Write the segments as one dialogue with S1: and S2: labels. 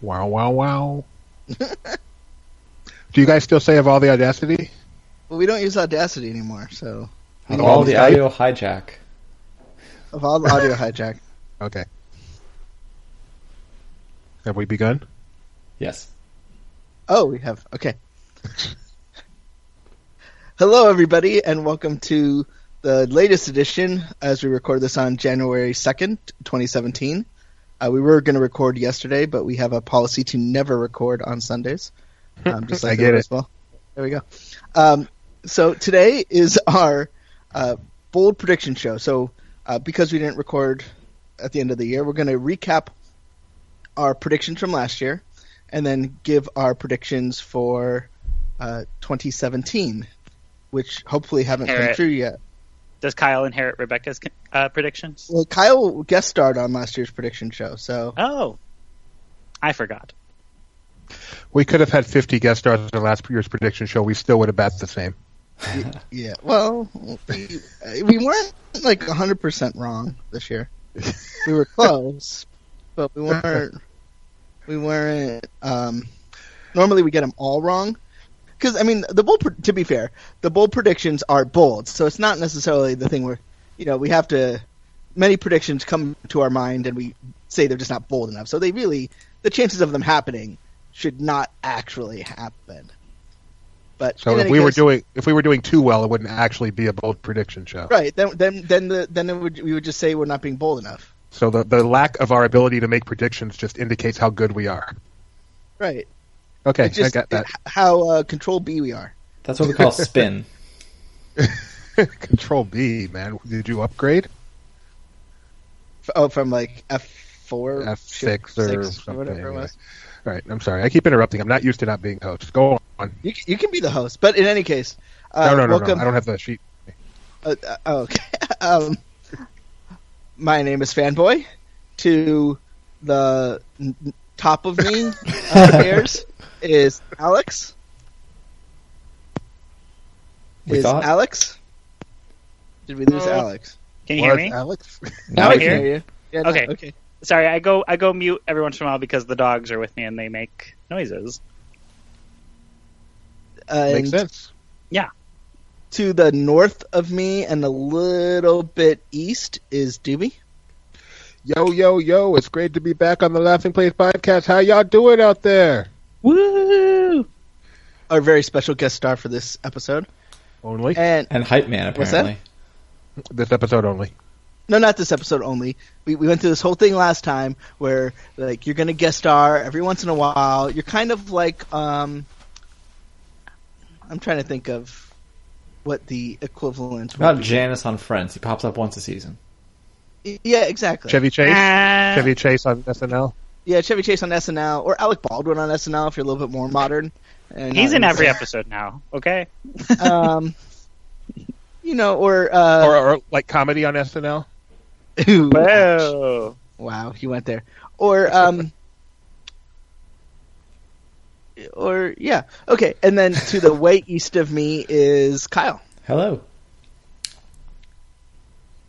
S1: Wow, wow, wow. Do you guys still save all the Audacity?
S2: Well, we don't use Audacity anymore, so
S1: Out
S3: Of
S1: of
S3: all the
S1: Skype?
S3: audio hijack.
S2: of all the audio hijack.
S1: Okay. Have we begun?
S3: Yes.
S2: Oh, we have. Okay. Hello, everybody, and welcome to the latest edition as we record this on January 2nd, 2017. Uh, we were going to record yesterday, but we have a policy to never record on Sundays. Um, just like
S1: I get
S2: there
S1: it.
S2: as well. There we go. Um, so today is our uh, bold prediction show. So uh, because we didn't record at the end of the year, we're going to recap our predictions from last year and then give our predictions for uh, 2017, which hopefully haven't come
S4: Alright.
S2: true yet.
S4: Does Kyle inherit Rebecca's uh, predictions?
S2: Well, Kyle guest starred on last year's prediction show, so
S4: Oh, I forgot.
S1: We could have had 50 guest stars in last year's prediction show. We still would have bet the same.
S2: yeah. Well, we, we weren't like 100% wrong this year. We were close, but we weren't. We weren't. Um, normally, we get them all wrong. Because I mean, the bold. To be fair, the bold predictions are bold, so it's not necessarily the thing where you know we have to. Many predictions come to our mind, and we say they're just not bold enough. So they really, the chances of them happening should not actually happen. But
S1: So
S2: in
S1: if
S2: any
S1: we were
S2: case-
S1: doing if we were doing too well, it wouldn't actually be a bold prediction show.
S2: Right. Then then then the then it would, we would just say we're not being bold enough.
S1: So the, the lack of our ability to make predictions just indicates how good we are.
S2: Right.
S1: Okay,
S2: It's just
S1: I got that.
S2: h- how uh, control B we are.
S3: That's what we call spin.
S1: Control B, man. Did you upgrade?
S2: F- Oh, from like F four,
S1: F6 or something,
S2: whatever it
S1: yeah.
S2: was.
S1: All right. I'm sorry. I keep interrupting. I'm not used to not being host. Go on.
S2: You, c- you can be the host, but in any case, uh,
S1: no, no, no,
S2: welcome.
S1: no. I don't have the sheet.
S2: Uh, uh, oh, okay. um, my name is Fanboy. To the n- n- top of me upstairs is Alex.
S3: We
S2: is
S3: thought-
S2: Alex? Did we lose
S4: Uh,
S2: Alex?
S4: Can you hear
S1: Was
S4: me?
S1: Alex?
S3: Now
S4: I
S3: we
S4: can.
S3: can.
S2: Yeah, no,
S4: Okay.
S2: Okay.
S4: Sorry, I go I go mute every once in a while because the dogs are with me and they make noises.
S1: Makes
S2: Uh, And
S1: sense.
S2: to the north of me and a little bit east is Doobie.
S1: Yo, yo, yo. It's great to be back on the Laughing Place podcast. How y'all doing out there?
S4: Woo!
S2: Our very special guest star for this episode.
S1: Only.
S2: And
S3: And hype man
S2: What's that?
S3: apparently.
S1: This episode only.
S2: no, not this episode only. We, we went through this whole thing last time where like you're gonna guest star every once in a while. You're kind of like um, I'm trying to think of what the equivalent. would
S3: Not
S2: be.
S3: Janice on Friends. He pops up once a season.
S2: yeah, exactly.
S1: Chevy Chase?
S4: Ah.
S1: Chevy Chase on SNL?
S2: Yeah, Chevy Chase on SNL or Alec Baldwin on SNL if you're a little bit more modern. And uh,
S4: He's
S2: not
S4: in every
S2: insane.
S4: episode now. Okay.
S2: um, you know, or uh,
S1: or, or like comedy on SNL?
S2: Ooh, ouch.
S4: Whoa!
S2: wow, he went there. Or um, or yeah, okay. And then to the way east of me is Kyle.
S3: Hello.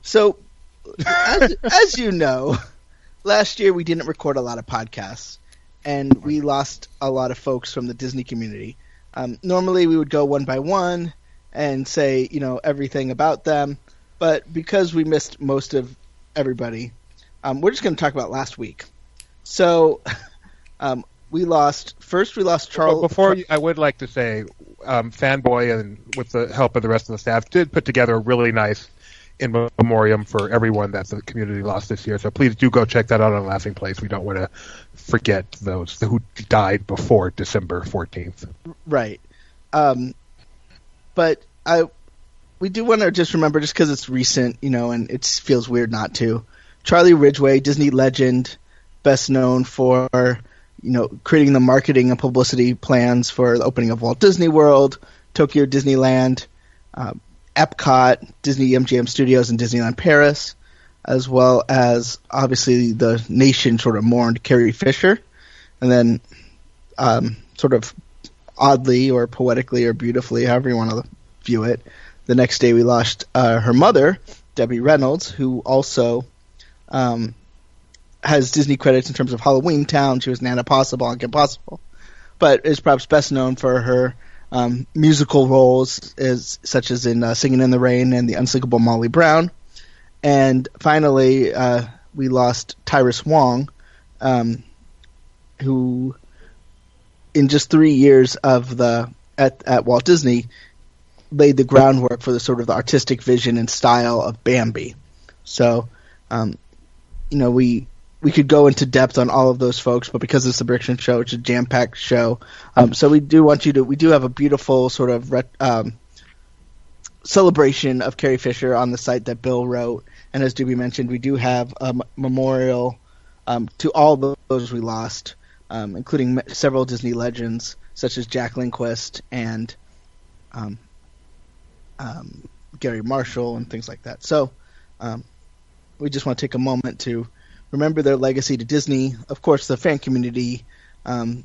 S2: So, as, as you know, last year we didn't record a lot of podcasts, and we lost a lot of folks from the Disney community. Um, normally, we would go one by one and say, you know, everything about them, but because we missed most of everybody, um, we're just going to talk about last week. So, um, we lost first. We lost Charles.
S1: Well, before you, I would like to say, um, fanboy and with the help of the rest of the staff, did put together a really nice in memoriam for everyone that the community lost this year. So please do go check that out on Laughing Place. We don't want to forget those who died before December fourteenth.
S2: Right. Um, but I, we do want to just remember, just because it's recent, you know, and it feels weird not to. Charlie Ridgway, Disney legend, best known for, you know, creating the marketing and publicity plans for the opening of Walt Disney World, Tokyo Disneyland, uh, Epcot, Disney MGM Studios, and Disneyland Paris, as well as obviously the nation sort of mourned Carrie Fisher, and then um, sort of oddly or poetically or beautifully, however you want to view it. The next day, we lost uh, her mother, Debbie Reynolds, who also um, has Disney credits in terms of Halloween Town. She was Nana Possible on Kim Possible, but is perhaps best known for her um, musical roles, as such as in uh, Singing in the Rain and The Unsinkable Molly Brown. And finally, uh, we lost Tyrus Wong, um, who, in just three years of the at, at Walt Disney, laid the groundwork for the sort of the artistic vision and style of Bambi. So, um, you know, we we could go into depth on all of those folks, but because it's the Brickson Show, it's a jam packed show. Um, so we do want you to. We do have a beautiful sort of ret- um, celebration of Carrie Fisher on the site that Bill wrote, and as Doobie mentioned, we do have a m- memorial um, to all tho- those we lost, um, including m- several Disney legends such as Jack Lindquist and um, um, Gary Marshall and things like that. So um, we just want to take a moment to remember their legacy to Disney. Of course, the fan community, um,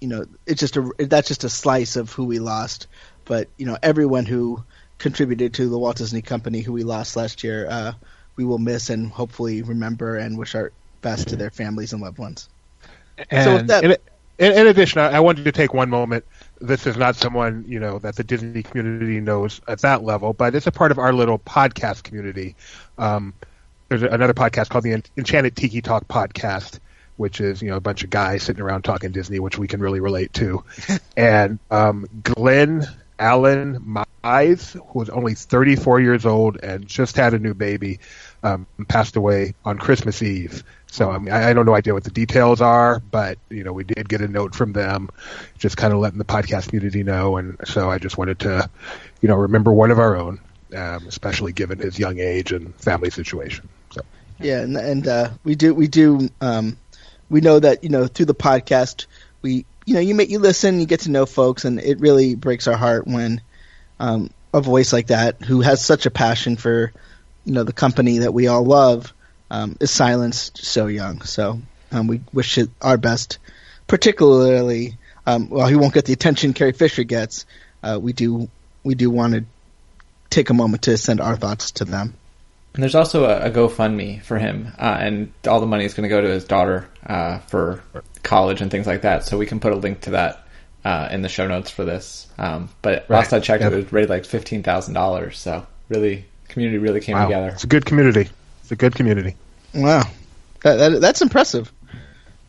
S2: you know, it's just a that's just a slice of who we lost. But you know, everyone who contributed to the Walt Disney Company, who we lost last year, uh, we will miss and hopefully remember and wish our best to their families and loved ones.
S1: And
S2: So with that-
S1: in, in, in addition, I, I wanted to take one moment. This is not someone you know that the Disney community knows at that level, but it's a part of our little podcast community. Um, there's a- another podcast called the En- Enchanted Tiki Talk podcast, which is you know a bunch of guys sitting around talking Disney, which we can really relate to. and um, Glenn Allen Mize, who was only 34 years old and just had a new baby, um, passed away on Christmas Eve. So I mean, I, I don't know idea what the details are, but you know, we did get a note from them, just kind of letting the podcast community know. And so I just wanted to, you know, remember one of our own, um, especially given his young age and family situation. So
S2: Yeah, and, and uh, we do we do um, we know that you know through the podcast we you know you make you listen you get to know folks and it really breaks our heart when um, a voice like that who has such a passion for you know the company that we all love um, is silenced so young. So um, we wish it our best, particularly um, well he won't get the attention Carrie Fisher gets. Uh, we do we do want to take a moment to send our thoughts to them.
S3: And there's also a, a GoFundMe for him, uh, and all the money is going to go to his daughter uh, for college and things like that. So we can put a link to that uh, in the show notes for this. Um, but last I checked,
S1: Yep.
S3: it was raised like fifteen thousand dollars. So really, community really came
S1: wow,
S3: together.
S1: it's a good community. It's a good community.
S2: Wow, that, that that's impressive.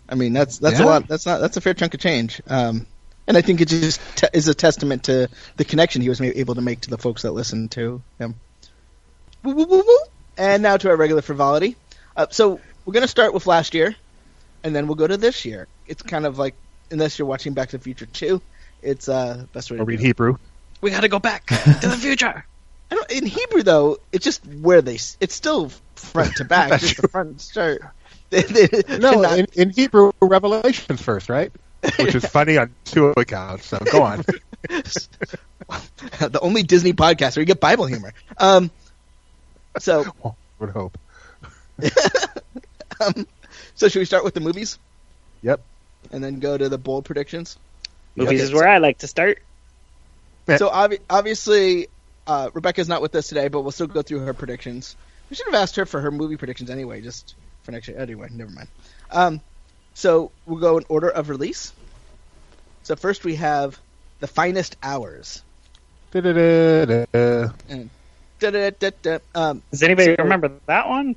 S2: I mean, that's that's
S1: Yeah.
S2: a lot. That's not that's a fair chunk of change. Um, and I think it just te- is a testament to the connection he was ma- able to make to the folks that listened to him. Woo, woo, woo, woo. And now to our regular frivolity. Uh, so we're going to start with last year, and then we'll go to this year. It's kind of like unless you're watching Back to the Future two, it's uh best way to
S1: I'll read
S2: do it.
S1: Hebrew.
S4: We gotta go back to the future.
S2: I don't, in Hebrew though, it's just where they. s- It's still front to back,
S1: That's
S2: just the front start. They- they-
S1: No,
S2: not-
S1: in, in Hebrew, Revelations first, right? Which is funny on two accounts. So go on.
S2: the only Disney podcast where you get Bible humor. Um, so,
S1: I would hope.
S2: so should we start with the movies
S1: Yep.
S2: and then go to the bold predictions?
S4: Movies
S2: Okay.
S4: is where I like to start.
S1: Yeah.
S2: So obvi- obviously, uh, Rebecca's not with us today, but we'll still go through her predictions. We should have asked her for her movie predictions anyway, just for next year. Anyway, never mind. Um, so we'll go in order of release. So first we have the finest hours.
S1: Da-da-da-da.
S2: Da-da-da-da. Um,
S4: Does anybody
S2: So-
S4: remember that one?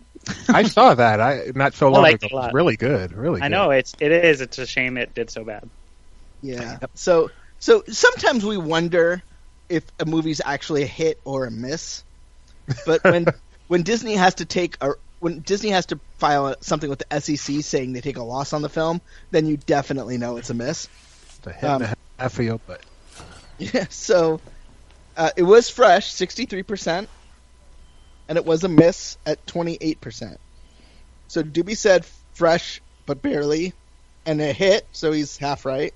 S1: I saw that. I not so long
S4: liked
S1: ago.
S4: it a lot.
S1: It's really good. Really,
S4: I
S1: good.
S4: know it's it is. It's a shame it did so bad.
S2: Yeah. So so sometimes we wonder if a movie's actually a hit or a miss. But when when Disney has to take a when Disney has to file something with the SEC saying they take a loss on the film, then you definitely know it's a miss.
S1: It's a hit and a half field, but
S2: Yeah. So uh, it was fresh, sixty three percent, and it was a miss at twenty eight percent. So Doobie said fresh but barely, and a hit, so he's half right.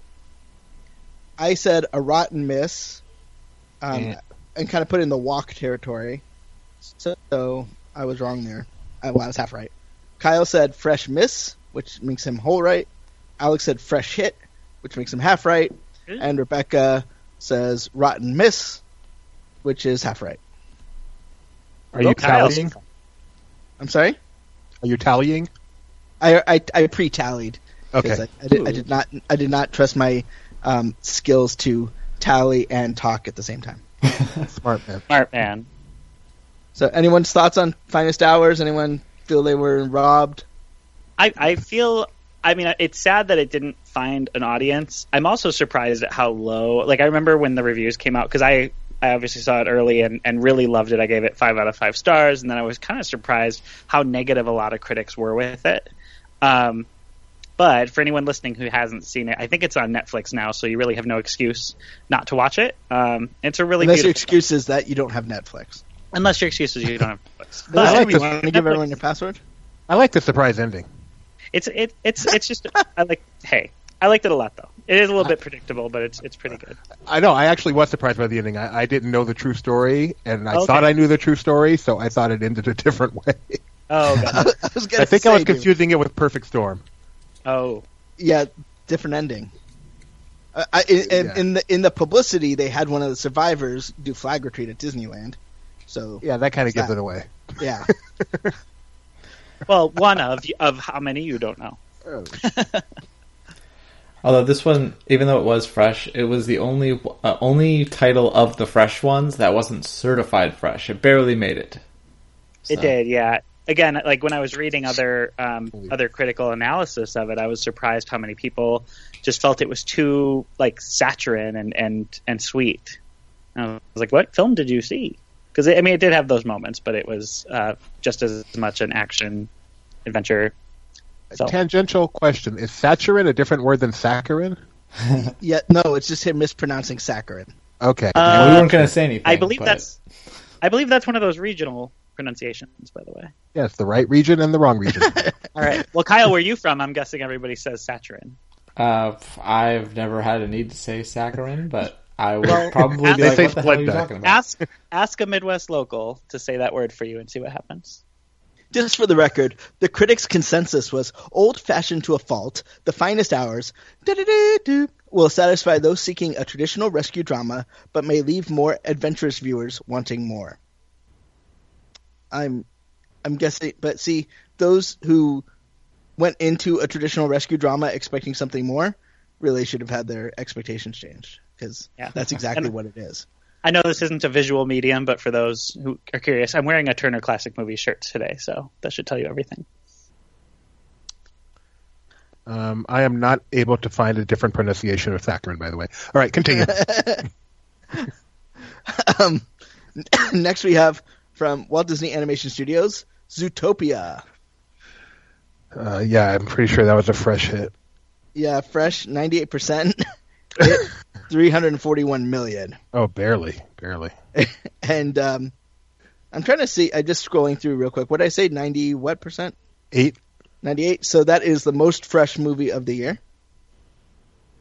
S2: I said a rotten miss, um,
S1: Yeah.
S2: and kind of put in the walk territory. So, so I was wrong there. I, well, I was half right. Kyle said fresh miss, which makes him whole right. Alex said fresh hit, which makes him half right.
S4: Mm.
S2: And Rebecca says rotten miss, which is half right.
S1: are you
S4: Kyle's-
S1: tallying?
S2: I'm sorry?
S1: Are you tallying?
S2: I I, I pre-tallied. 'cause
S1: Okay.
S2: I, I, did, I did not I did not trust my um, skills to tally and talk at the same time.
S1: Smart man.
S4: Smart man.
S2: So, anyone's thoughts on finest hours? Anyone feel they were robbed?
S4: I, I feel. I mean, it's sad that it didn't find an audience. I'm also surprised at how low. Like, I remember when the reviews came out because I, I obviously saw it early and, and really loved it. I gave it five out of five stars, and then I was kind of surprised how negative a lot of critics were with it. Um, but for anyone listening who hasn't seen it, I think it's on Netflix now, so you really have no excuse not to watch it. Um, it's a really
S2: Unless your
S4: beautiful.
S2: excuse is that you don't have Netflix.
S4: unless your excuse is you don't have Netflix.
S1: I like this-
S2: Want to give everyone your password?
S1: I like the surprise ending.
S4: It's it, it's it's just I like hey I liked it a lot though. It is a little bit predictable, but it's it's pretty good.
S1: I know. I actually was surprised by the ending. I, I didn't know the true story, and I
S4: Okay.
S1: thought I knew the true story, so I thought it ended a different way.
S4: Oh god.
S2: I, was gonna
S1: I think I
S2: say,
S1: was
S2: dude.
S1: confusing it with Perfect Storm.
S4: oh
S2: Yeah, different ending. Uh, I, in, in-
S1: Yeah.
S2: in the in the publicity, they had one of the survivors do flag retreat at Disneyland. So
S1: Yeah, that kind of gives
S2: that?
S1: it away.
S2: yeah,
S4: well, one of of how many you don't know.
S3: Although this one, even though it was fresh, it was the only uh, only title of the fresh ones that wasn't certified fresh. It barely made it. So-
S4: It did, yeah. Again, like when I was reading other um,
S1: Holy-
S4: other critical analysis of it, I was surprised how many people just felt it was too like saccharine and and and sweet. And I was like, what film did you see? Because I mean, it did have those moments, but it was uh, just as much an action adventure. So.
S1: Tangential question: Is saccharin a different word than saccharin?
S2: yeah. No, it's just him mispronouncing saccharin.
S1: Okay.
S3: And
S4: Uh,
S3: we weren't going to say anything.
S4: I believe
S3: but-
S4: that's I believe that's one of those regional pronunciations, by the way.
S1: yes, the right region and the wrong region.
S4: All right. Well, Kyle, where you from? I'm guessing everybody says Saturin.
S3: Uh, pff, I've never had a need to say saccharin, but I would
S4: Well,
S3: probably
S4: ask-
S3: be
S4: They
S3: like,
S1: say
S3: "What the hell are you
S1: Splenda.
S3: talking about?"
S4: Ask ask a Midwest local to say that word for you and see what happens.
S2: Just for the record, the critics' consensus was old fashioned to a fault, the finest hours, da-da-da-do, will satisfy those seeking a traditional rescue drama, but may leave more adventurous viewers wanting more. I'm I'm guessing but see, those who went into a traditional rescue drama expecting something more really should have had their expectations changed. Because
S4: Yeah.
S2: that's exactly
S4: And-
S2: what it is.
S4: I know this isn't a visual medium, but for those who are curious, I'm wearing a Turner Classic Movie shirt today, so that should tell you everything.
S1: um, I am not able to find a different pronunciation of saccharin, by the way. All right, continue.
S2: Um, next we have from Walt Disney Animation Studios, Zootopia.
S1: uh, yeah, I'm pretty sure that was a fresh hit.
S2: Yeah, fresh, 98%, It- 341 million.
S1: Oh, barely, barely.
S2: And um, I'm trying to see, I just scrolling through real quick. What did I say, 90 what percent?
S1: Eight
S2: 98. So that is the most fresh movie of the year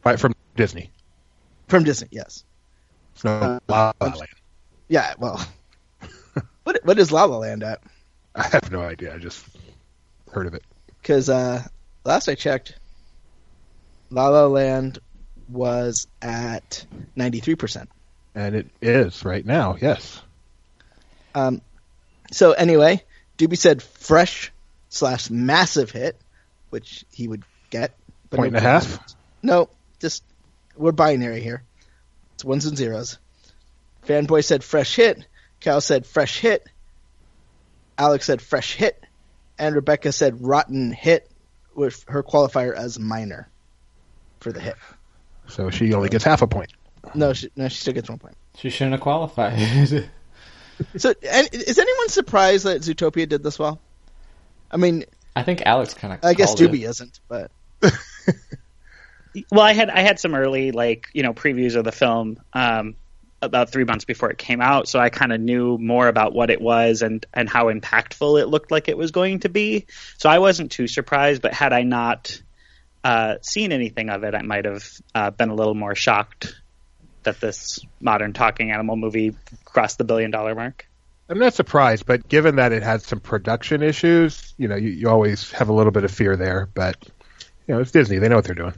S1: right from Disney.
S2: from Disney, yes.
S1: So
S2: Uh,
S1: La La Land.
S2: Yeah, well. what what is La La Land at?
S1: I have no idea. I just heard of it.
S2: Because uh, last I checked, La La Land was at 93%.
S1: And it is right now, yes.
S2: Um, so anyway, Doobie said fresh slash massive hit, which he would get. But
S1: Point and a
S2: nobody-
S1: half?
S2: No, just we're binary here. It's ones and zeros. Fanboy said fresh hit. Cal said fresh hit. Alex said fresh hit, and Rebecca said rotten hit with her qualifier as minor for the hit.
S1: So she only gets half a point.
S2: No, she, no, she still gets one point.
S3: She shouldn't have qualified.
S2: So, and, is anyone surprised that Zootopia did this well? I mean,
S3: I think Alex kind of.
S2: I guess
S3: it.
S2: Doobie is isn't, but
S4: Well, I had I had some early like you know previews of the film um, about three months before it came out, so I kind of knew more about what it was and and how impactful it looked like it was going to be. So I wasn't too surprised, but had I not uh, seen anything of it, I might have uh, been a little more shocked that this modern talking animal movie crossed the billion dollar mark.
S1: I'm not surprised, but given that it had some production issues, you know, you, you always have a little bit of fear there. But you know, it's Disney; they know what they're doing.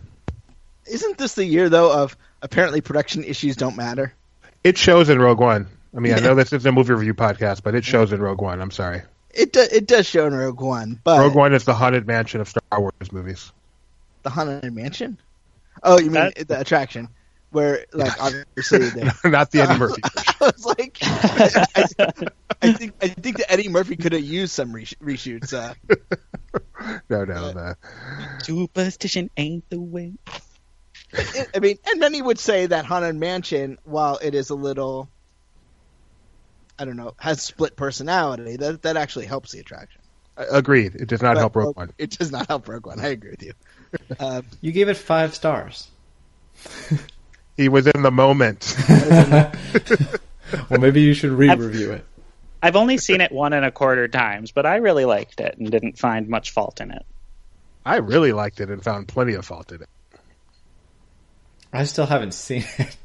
S2: Isn't this the year though of apparently production issues don't matter?
S1: It shows in Rogue One. I mean, I know this is a movie review podcast, but it shows in Rogue One. I'm sorry.
S2: it do, it does show in Rogue One,
S4: Uh,
S2: but
S1: Rogue One is the haunted mansion of Star Wars movies.
S2: the Haunted Mansion. Oh, you mean
S4: That-
S2: the attraction where like obviously they.
S1: Not the
S4: Uh,
S1: Eddie Murphy.
S2: I was like, I, I think I think that Eddie Murphy could have used some resh- reshoots. Uh,
S1: No, no, no.
S4: Superstition ain't the way.
S2: it- I mean, and many would say that Haunted Mansion, while it is a little, I don't know, has split personality. That that actually helps the attraction.
S1: Agreed. It does not
S2: But-
S1: help Rogue
S2: but
S1: One.
S2: It does not help Rogue One. I agree with you. Uh,
S3: You gave it five stars.
S1: He was in the moment.
S3: Well, maybe you should re-review it.
S4: I've only seen it one and a quarter times, but I really liked it and didn't find much fault in it.
S1: I really liked it and found plenty of fault in it.
S3: I still haven't seen it.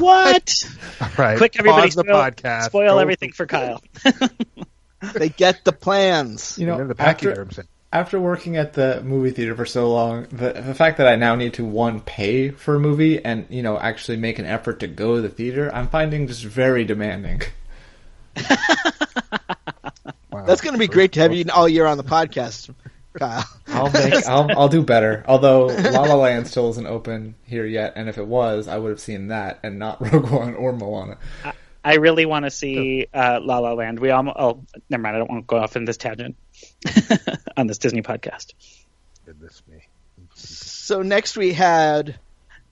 S4: What?
S1: All right.
S4: Quick, everybody,
S1: pause the
S4: spoil,
S1: podcast.
S4: spoil
S1: Go
S4: everything for Kyle.
S2: they get the plans.
S3: You know,
S1: into the
S3: after,
S1: pachyderm. set.
S3: after working at the movie theater for so long, the, the fact that I now need to one pay for a movie and you know actually make an effort to go to the theater, I'm finding just very demanding.
S1: Wow.
S2: That's going to be great to have you all year on the podcast, Kyle.
S3: I'll make, I'll, I'll do better. Although La La Land still isn't open here yet, and if it was, I would have seen that and not Rogue One or Moana.
S4: I really want to see uh, La La Land. We almost. Oh, never mind. I don't want to go off in this tangent on this Disney podcast.
S1: Goodness me.
S2: so next we had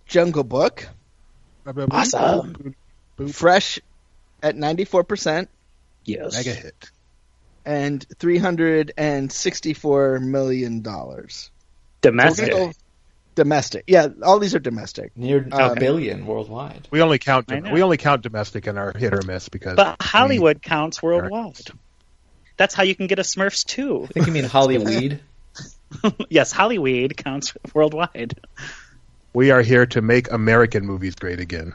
S2: Jungle Book,
S4: Awesome.
S2: fresh at ninety four percent
S4: Yes.
S1: Mega hit.
S2: and three hundred and sixty four million dollars.
S4: Domestic.
S2: Domestic. Yeah, all these are domestic.
S3: Near
S2: Uh,
S3: a billion worldwide.
S1: We only count
S4: I know.
S1: we only count domestic in our hit or miss because
S4: But Hollywood counts worldwide. That's how you can get a Smurfs too.
S3: I think you mean Hollyweed.
S4: yes, Hollyweed counts worldwide.
S1: we are here to make American movies great again.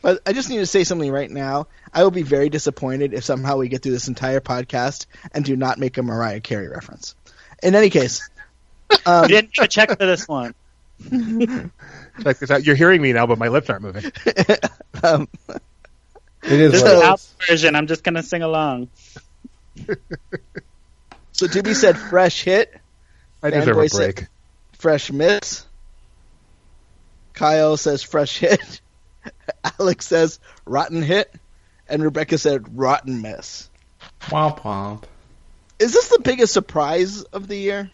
S2: But I just need to say something right now. I will be very disappointed if somehow we get through this entire podcast and do not make a Mariah Carey reference. In any case,
S4: You didn't even check for this one.
S1: Check this out. You're hearing me now, but my lips aren't moving.
S3: It is what
S4: This is
S3: it
S4: the
S3: is.
S4: out version. I'm just gonna sing along.
S2: so to be said, fresh hit,
S1: I deserve a
S2: Fanboy said-
S1: break.
S2: fresh miss. Kyle says fresh hit. Alex says rotten hit, and Rebecca said rotten miss.
S3: Womp womp.
S2: Is this the biggest surprise of the year?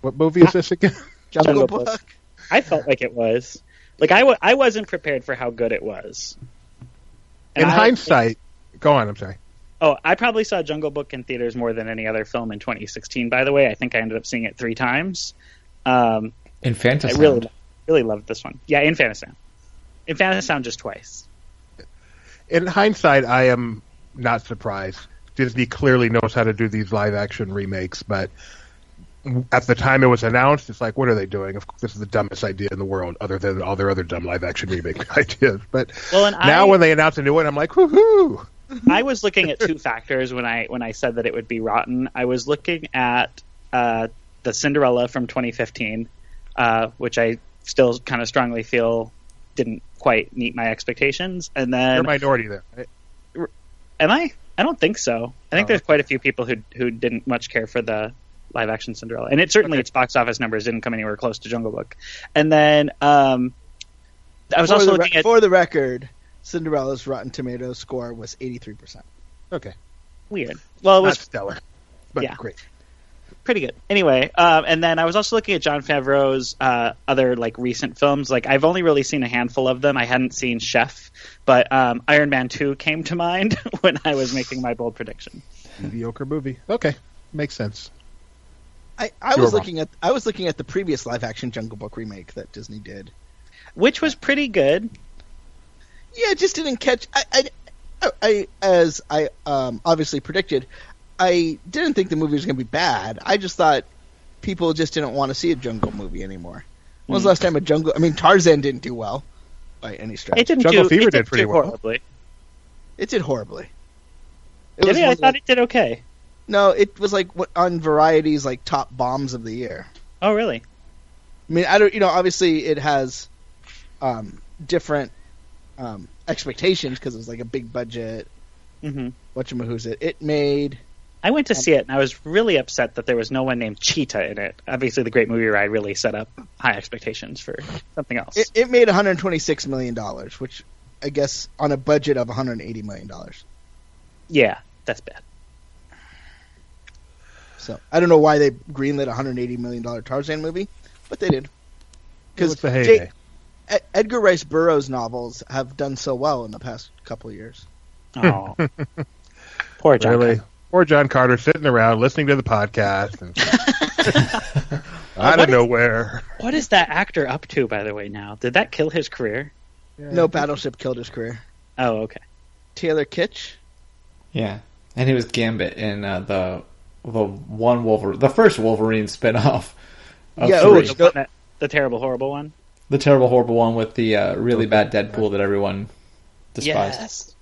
S1: What movie is this again?
S2: Jungle
S4: Jungle
S2: Book.
S4: Book. I felt like it was. Like I, w- I wasn't prepared for how good it was. And
S1: in
S4: I-
S1: hindsight, go on. I'm sorry.
S4: Oh, I probably saw Jungle Book in theaters more than any other film in 2016. By the way, I think I ended up seeing it three times. Um, I
S3: Infanticide.
S4: really, really loved this one. Yeah, in Fantasound. In Fantasound, just twice.
S1: In hindsight, I am not surprised. Disney clearly knows how to do these live action remakes, but at the time it was announced, it's like, what are they doing? Of course, this is the dumbest idea in the world, other than all their other dumb live action remake ideas. But
S4: Well, and
S1: now
S4: I-
S1: when they announce a new one, I'm like, woohoo!
S4: I was looking at two factors when I when I said that it would be rotten. I was looking at uh, the Cinderella from 2015, uh, which I still kind of strongly feel didn't quite meet my expectations. And
S1: You're
S4: then,
S1: a minority there. right?
S4: am I? I don't think so. I think
S1: Oh.
S4: there's quite a few people who who didn't much care for the live action Cinderella, and it certainly its box office numbers didn't come anywhere close to Jungle Book. And then, um, I was
S2: for,
S4: also
S2: the re-
S4: looking at
S2: for the record, Cinderella's Rotten Tomatoes score was 83%.
S1: Okay,
S4: weird. Well, it
S1: not
S4: was
S1: stellar, but
S4: Yeah.
S1: great.
S4: pretty good. Anyway, um, and then I was also looking at John Favreau's uh, other like recent films. Like I've only really seen a handful of them. I hadn't seen Chef, but um, Iron Man Two came to mind when I was making my bold prediction.
S1: Mediocre movie. Okay, makes sense.
S2: I, I
S1: You were
S2: was
S1: wrong.
S2: looking at I was looking at the previous live action Jungle Book remake that Disney did.
S4: Which was pretty good.
S2: Yeah, it just didn't catch. I, I, I- I as I um, obviously predicted, I didn't think the movie was going to be bad. I just thought people just didn't want to see a jungle movie anymore. When
S4: Hmm.
S2: was the last time a jungle? I mean, Tarzan didn't do well by any stretch.
S4: It didn't
S1: Jungle
S4: do,
S1: Fever
S4: it
S1: did
S4: didn't
S1: pretty
S4: do
S1: well.
S4: horribly.
S2: It did horribly. It
S4: Did
S2: was
S4: it?
S2: one
S4: I
S2: of the-
S4: thought it did okay.
S2: no, it was like what- on Variety's like top bombs of the year.
S4: Oh really?
S2: I mean, I don't, you know, obviously it has um, different um, expectations because it was like a big budget.
S4: hmm
S2: Whatchamahoo's it? It made
S4: I went to
S2: Um,
S4: see it and I was really upset that there was no one named Cheetah in it. Obviously, the Great Movie Ride really set up high expectations for something else.
S2: It, it made 126 million dollars, which I guess on a budget of 180 million dollars.
S4: yeah, that's bad.
S2: So I don't know why they greenlit a 180 million dollar Tarzan movie, but they did.
S1: Because
S2: Because
S1: the heyday.
S2: Edgar Rice Burroughs novels have done so well in the past couple of years.
S4: Oh, poor John.
S1: really. Poor John Carter sitting around listening to the podcast and out of
S4: What is-
S1: nowhere.
S4: What is that actor up to, by the way? Now, did that kill his career?
S2: No battleship killed his career.
S4: Oh, okay.
S2: Taylor Kitsch.
S3: Yeah, and he was Gambit in uh, the the one Wolverine, the first Wolverine spinoff.
S2: Yeah,
S3: Of yeah,
S2: oh,
S4: Oh,
S2: it's
S4: the,
S2: go-
S4: one that, the terrible, horrible one.
S3: the terrible, horrible one with the uh, really bad Deadpool that everyone despised.
S4: Yes,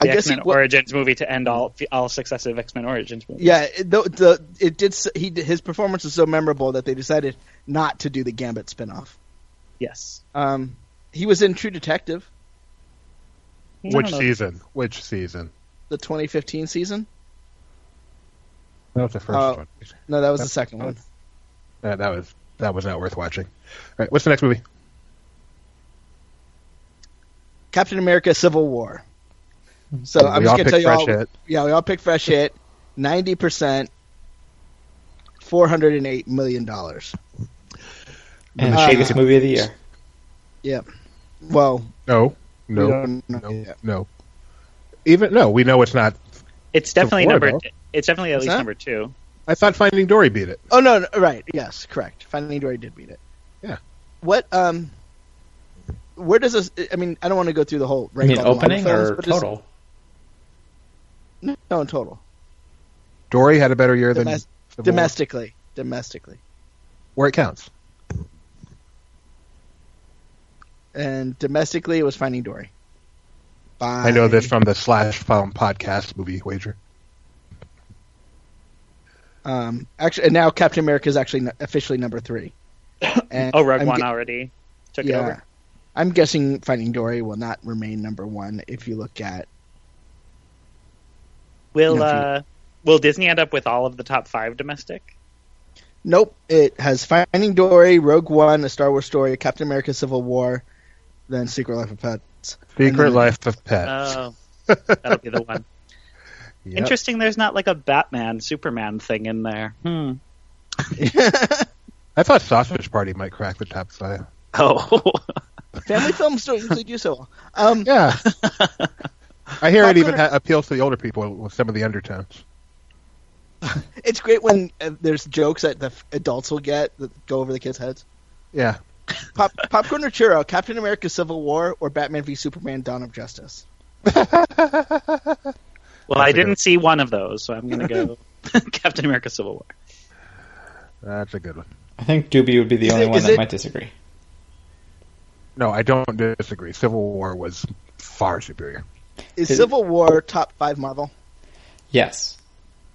S2: I
S4: the
S2: guess
S4: X
S2: he,
S4: Men
S2: wa-
S4: Origins movie to end all all successive X Men Origins movies.
S2: yeah, it, the, the it did s- he did- his performance was so memorable that they decided not to do the Gambit spinoff.
S4: Yes.
S2: Um, he was in True Detective,
S4: I
S1: Which
S4: don't know.
S1: season? Which season?
S2: the 2015 season.
S1: That was the first
S2: Uh,
S1: one.
S2: No, that was the second one.
S1: Uh, that was that was not worth watching. All right, what's the next movie?
S2: Captain America: Civil War. So
S1: We
S2: I'm
S1: all
S2: just gonna
S1: picked
S2: tell you
S1: fresh
S2: all.
S1: hit.
S2: Yeah, we all picked fresh hit. Ninety percent, four hundred and eight million dollars.
S3: And
S2: Uh,
S3: biggest movie of the year.
S2: Well,
S1: No,
S2: no,
S1: no, no, no. Even no, we know it's not.
S4: It's definitely
S1: Before,
S4: number.
S1: though.
S4: It's definitely at
S2: What's
S4: least
S2: that?
S4: number two.
S1: I thought Finding Dory beat it.
S2: Oh no, no! Right? Yes, correct. Finding Dory did beat it.
S1: Yeah.
S2: What? Um. Where does this? I mean, I don't want to go through the whole
S3: I
S2: rank.
S3: mean,
S2: all the Marvel
S3: opening
S2: films,
S3: or
S2: but just-
S3: total?
S2: No, no, in total.
S1: Dory had a better year than
S2: Domes-
S1: Civil War,
S2: domestically, domestically,
S1: where it counts.
S2: and domestically, it was Finding Dory. By
S1: I know this from the Slash Film podcast movie wager.
S2: Um. Actually, and now Captain America is actually n- officially number three. And
S4: Oh, Rogue
S2: I'm
S4: One
S2: ge-
S4: already took it
S2: yeah.
S4: over.
S2: I'm guessing Finding Dory will not remain number one if you look at.
S4: Will
S2: No, if you-
S4: uh, Will Disney end up with all of the top five domestic?
S2: Nope, it has Finding Dory, Rogue One, A Star Wars Story, Captain America: Civil War, then Secret Life of Pets.
S1: Secret
S2: Mhm.
S1: Life of Pets.
S4: Oh, that'll be the one.
S1: Yep.
S4: Interesting. There's not like a Batman, Superman thing in there. Hmm.
S1: I thought Sausage Party might crack the top five.
S4: Oh,
S2: Family films don't usually do so well. Um,
S1: Yeah. I hear it even
S2: Popcorn-
S1: ha- appeals to the older people with some of the undertones.
S2: it's great when uh, there's jokes that the f- adults will get that go over the kids' heads.
S1: Yeah.
S2: Pop, popcorn or churro? Captain America: Civil War or Batman v Superman: Dawn of Justice?
S4: well,
S1: That's
S4: I
S1: a good one.
S4: didn't see one of those, so I'm gonna go Captain America: Civil War.
S1: That's a good one.
S3: I think Doobie would be the
S2: Is
S3: only
S2: it-
S3: one
S2: is
S3: that
S2: it-
S3: might disagree.
S1: No, I don't disagree. Civil War was far superior.
S2: Is
S3: Is-
S2: Civil War top five Marvel?
S3: Yes,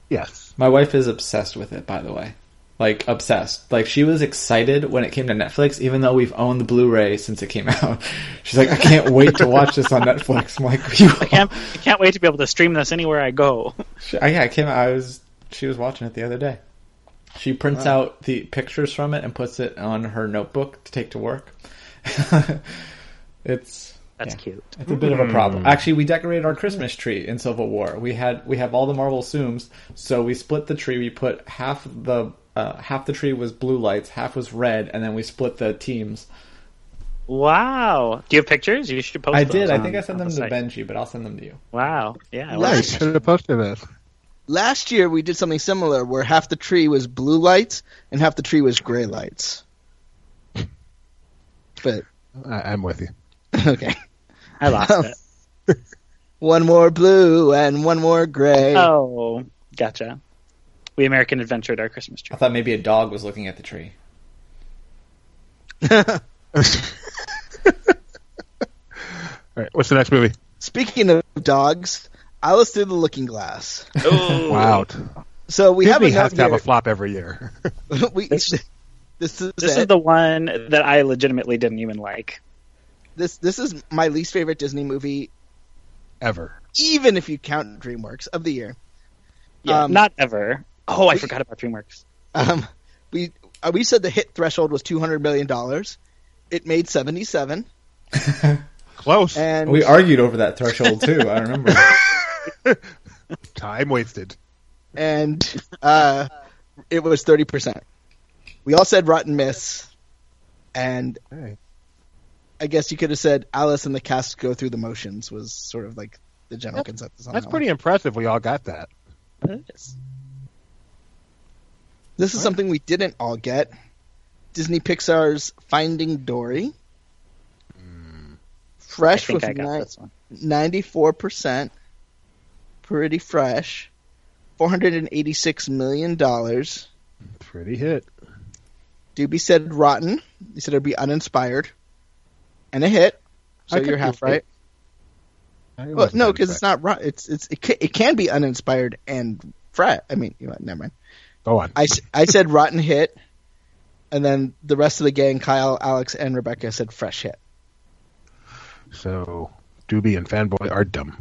S1: Yes.
S3: my wife is obsessed with it. By the way, like obsessed. Like she was excited when it came to Netflix, even though we've owned the Blu-ray since it came out. She's like, I can't wait to watch this on Netflix. I'm like, you
S4: I can't, I can't wait to be able to stream this anywhere I go.
S3: She, I, yeah, I came. I was. She was watching it the other day. She prints out the pictures from it and puts it on her notebook to take to work. it's
S4: That's
S3: yeah,
S4: cute.
S3: It's a bit of a
S4: Hmm.
S3: problem. Actually, we decorated our Christmas tree in Civil War. We had we have all the Marvel Sooms, so we split the tree. We put half the uh, half the tree was blue lights, half was red, and then we split the teams.
S4: Wow. Do you have pictures? You should post.
S3: I did.
S4: those
S3: I
S4: on-
S3: think I sent
S4: on
S3: them
S4: the
S3: to
S4: site.
S3: Benji, but I'll send them to you.
S4: Wow. Yeah. I
S1: Yeah,
S4: like
S1: you
S2: Nice.
S4: it.
S1: should have posted this.
S2: Last year we did something similar where half the tree was blue lights and half the tree was gray lights. But
S1: I- I'm with you.
S2: okay.
S4: I lost it.
S2: One more blue and one more gray.
S4: Oh, gotcha. We American adventured our Christmas
S3: I
S4: tree.
S3: thought maybe a dog was looking at the tree.
S1: All right, what's the next movie?
S2: Speaking of dogs, Alice Through the Looking Glass.
S4: Oh.
S1: Wow.
S2: So we
S1: Disney
S2: have
S1: has
S2: a
S1: to have a
S2: note
S1: flop every year.
S2: here. we, this,
S4: This-
S2: is
S4: This
S2: it.
S4: is the one that I legitimately didn't even like.
S2: this this is my least favorite Disney movie,
S1: Ever.
S2: even if you count DreamWorks of the year.
S4: Yeah,
S2: Um,
S4: not ever. Oh, I
S2: we-
S4: forgot about DreamWorks.
S2: Um, we uh, we said the hit threshold was two hundred million dollars. It made seventy seven,
S1: Close.
S2: and
S3: We argued over that threshold too. I remember.
S1: Time wasted.
S2: and uh, it was thirty percent. We all said Rotten Miss, and
S1: Hey.
S2: I guess you could have said Alice and the cast go through the motions was sort of like the general
S1: That's-
S2: consensus. On
S1: That's
S2: that
S1: pretty
S2: One.
S1: impressive. We all got that.
S2: This is something we didn't all get. Disney Pixar's Finding Dory.
S4: Hmm. I
S2: Fresh
S4: think
S2: with
S4: I got
S2: nine-
S4: this one.
S2: 94%, pretty fresh, $486 million. Doobie
S1: Pretty hit.
S2: said rotten. He said it'd be uninspired. And a hit. So
S1: I could
S2: you're
S1: be
S2: half
S1: right.
S2: right. Well, no, because it's not rotten. It's, it's, it, ca- it can be uninspired and fresh. I mean, you know, what, never mind.
S1: Go on.
S2: I, s- I said rotten hit. And then the rest of the gang, Kyle, Alex, and Rebecca said fresh hit.
S1: So Doobie and Fanboy are dumb.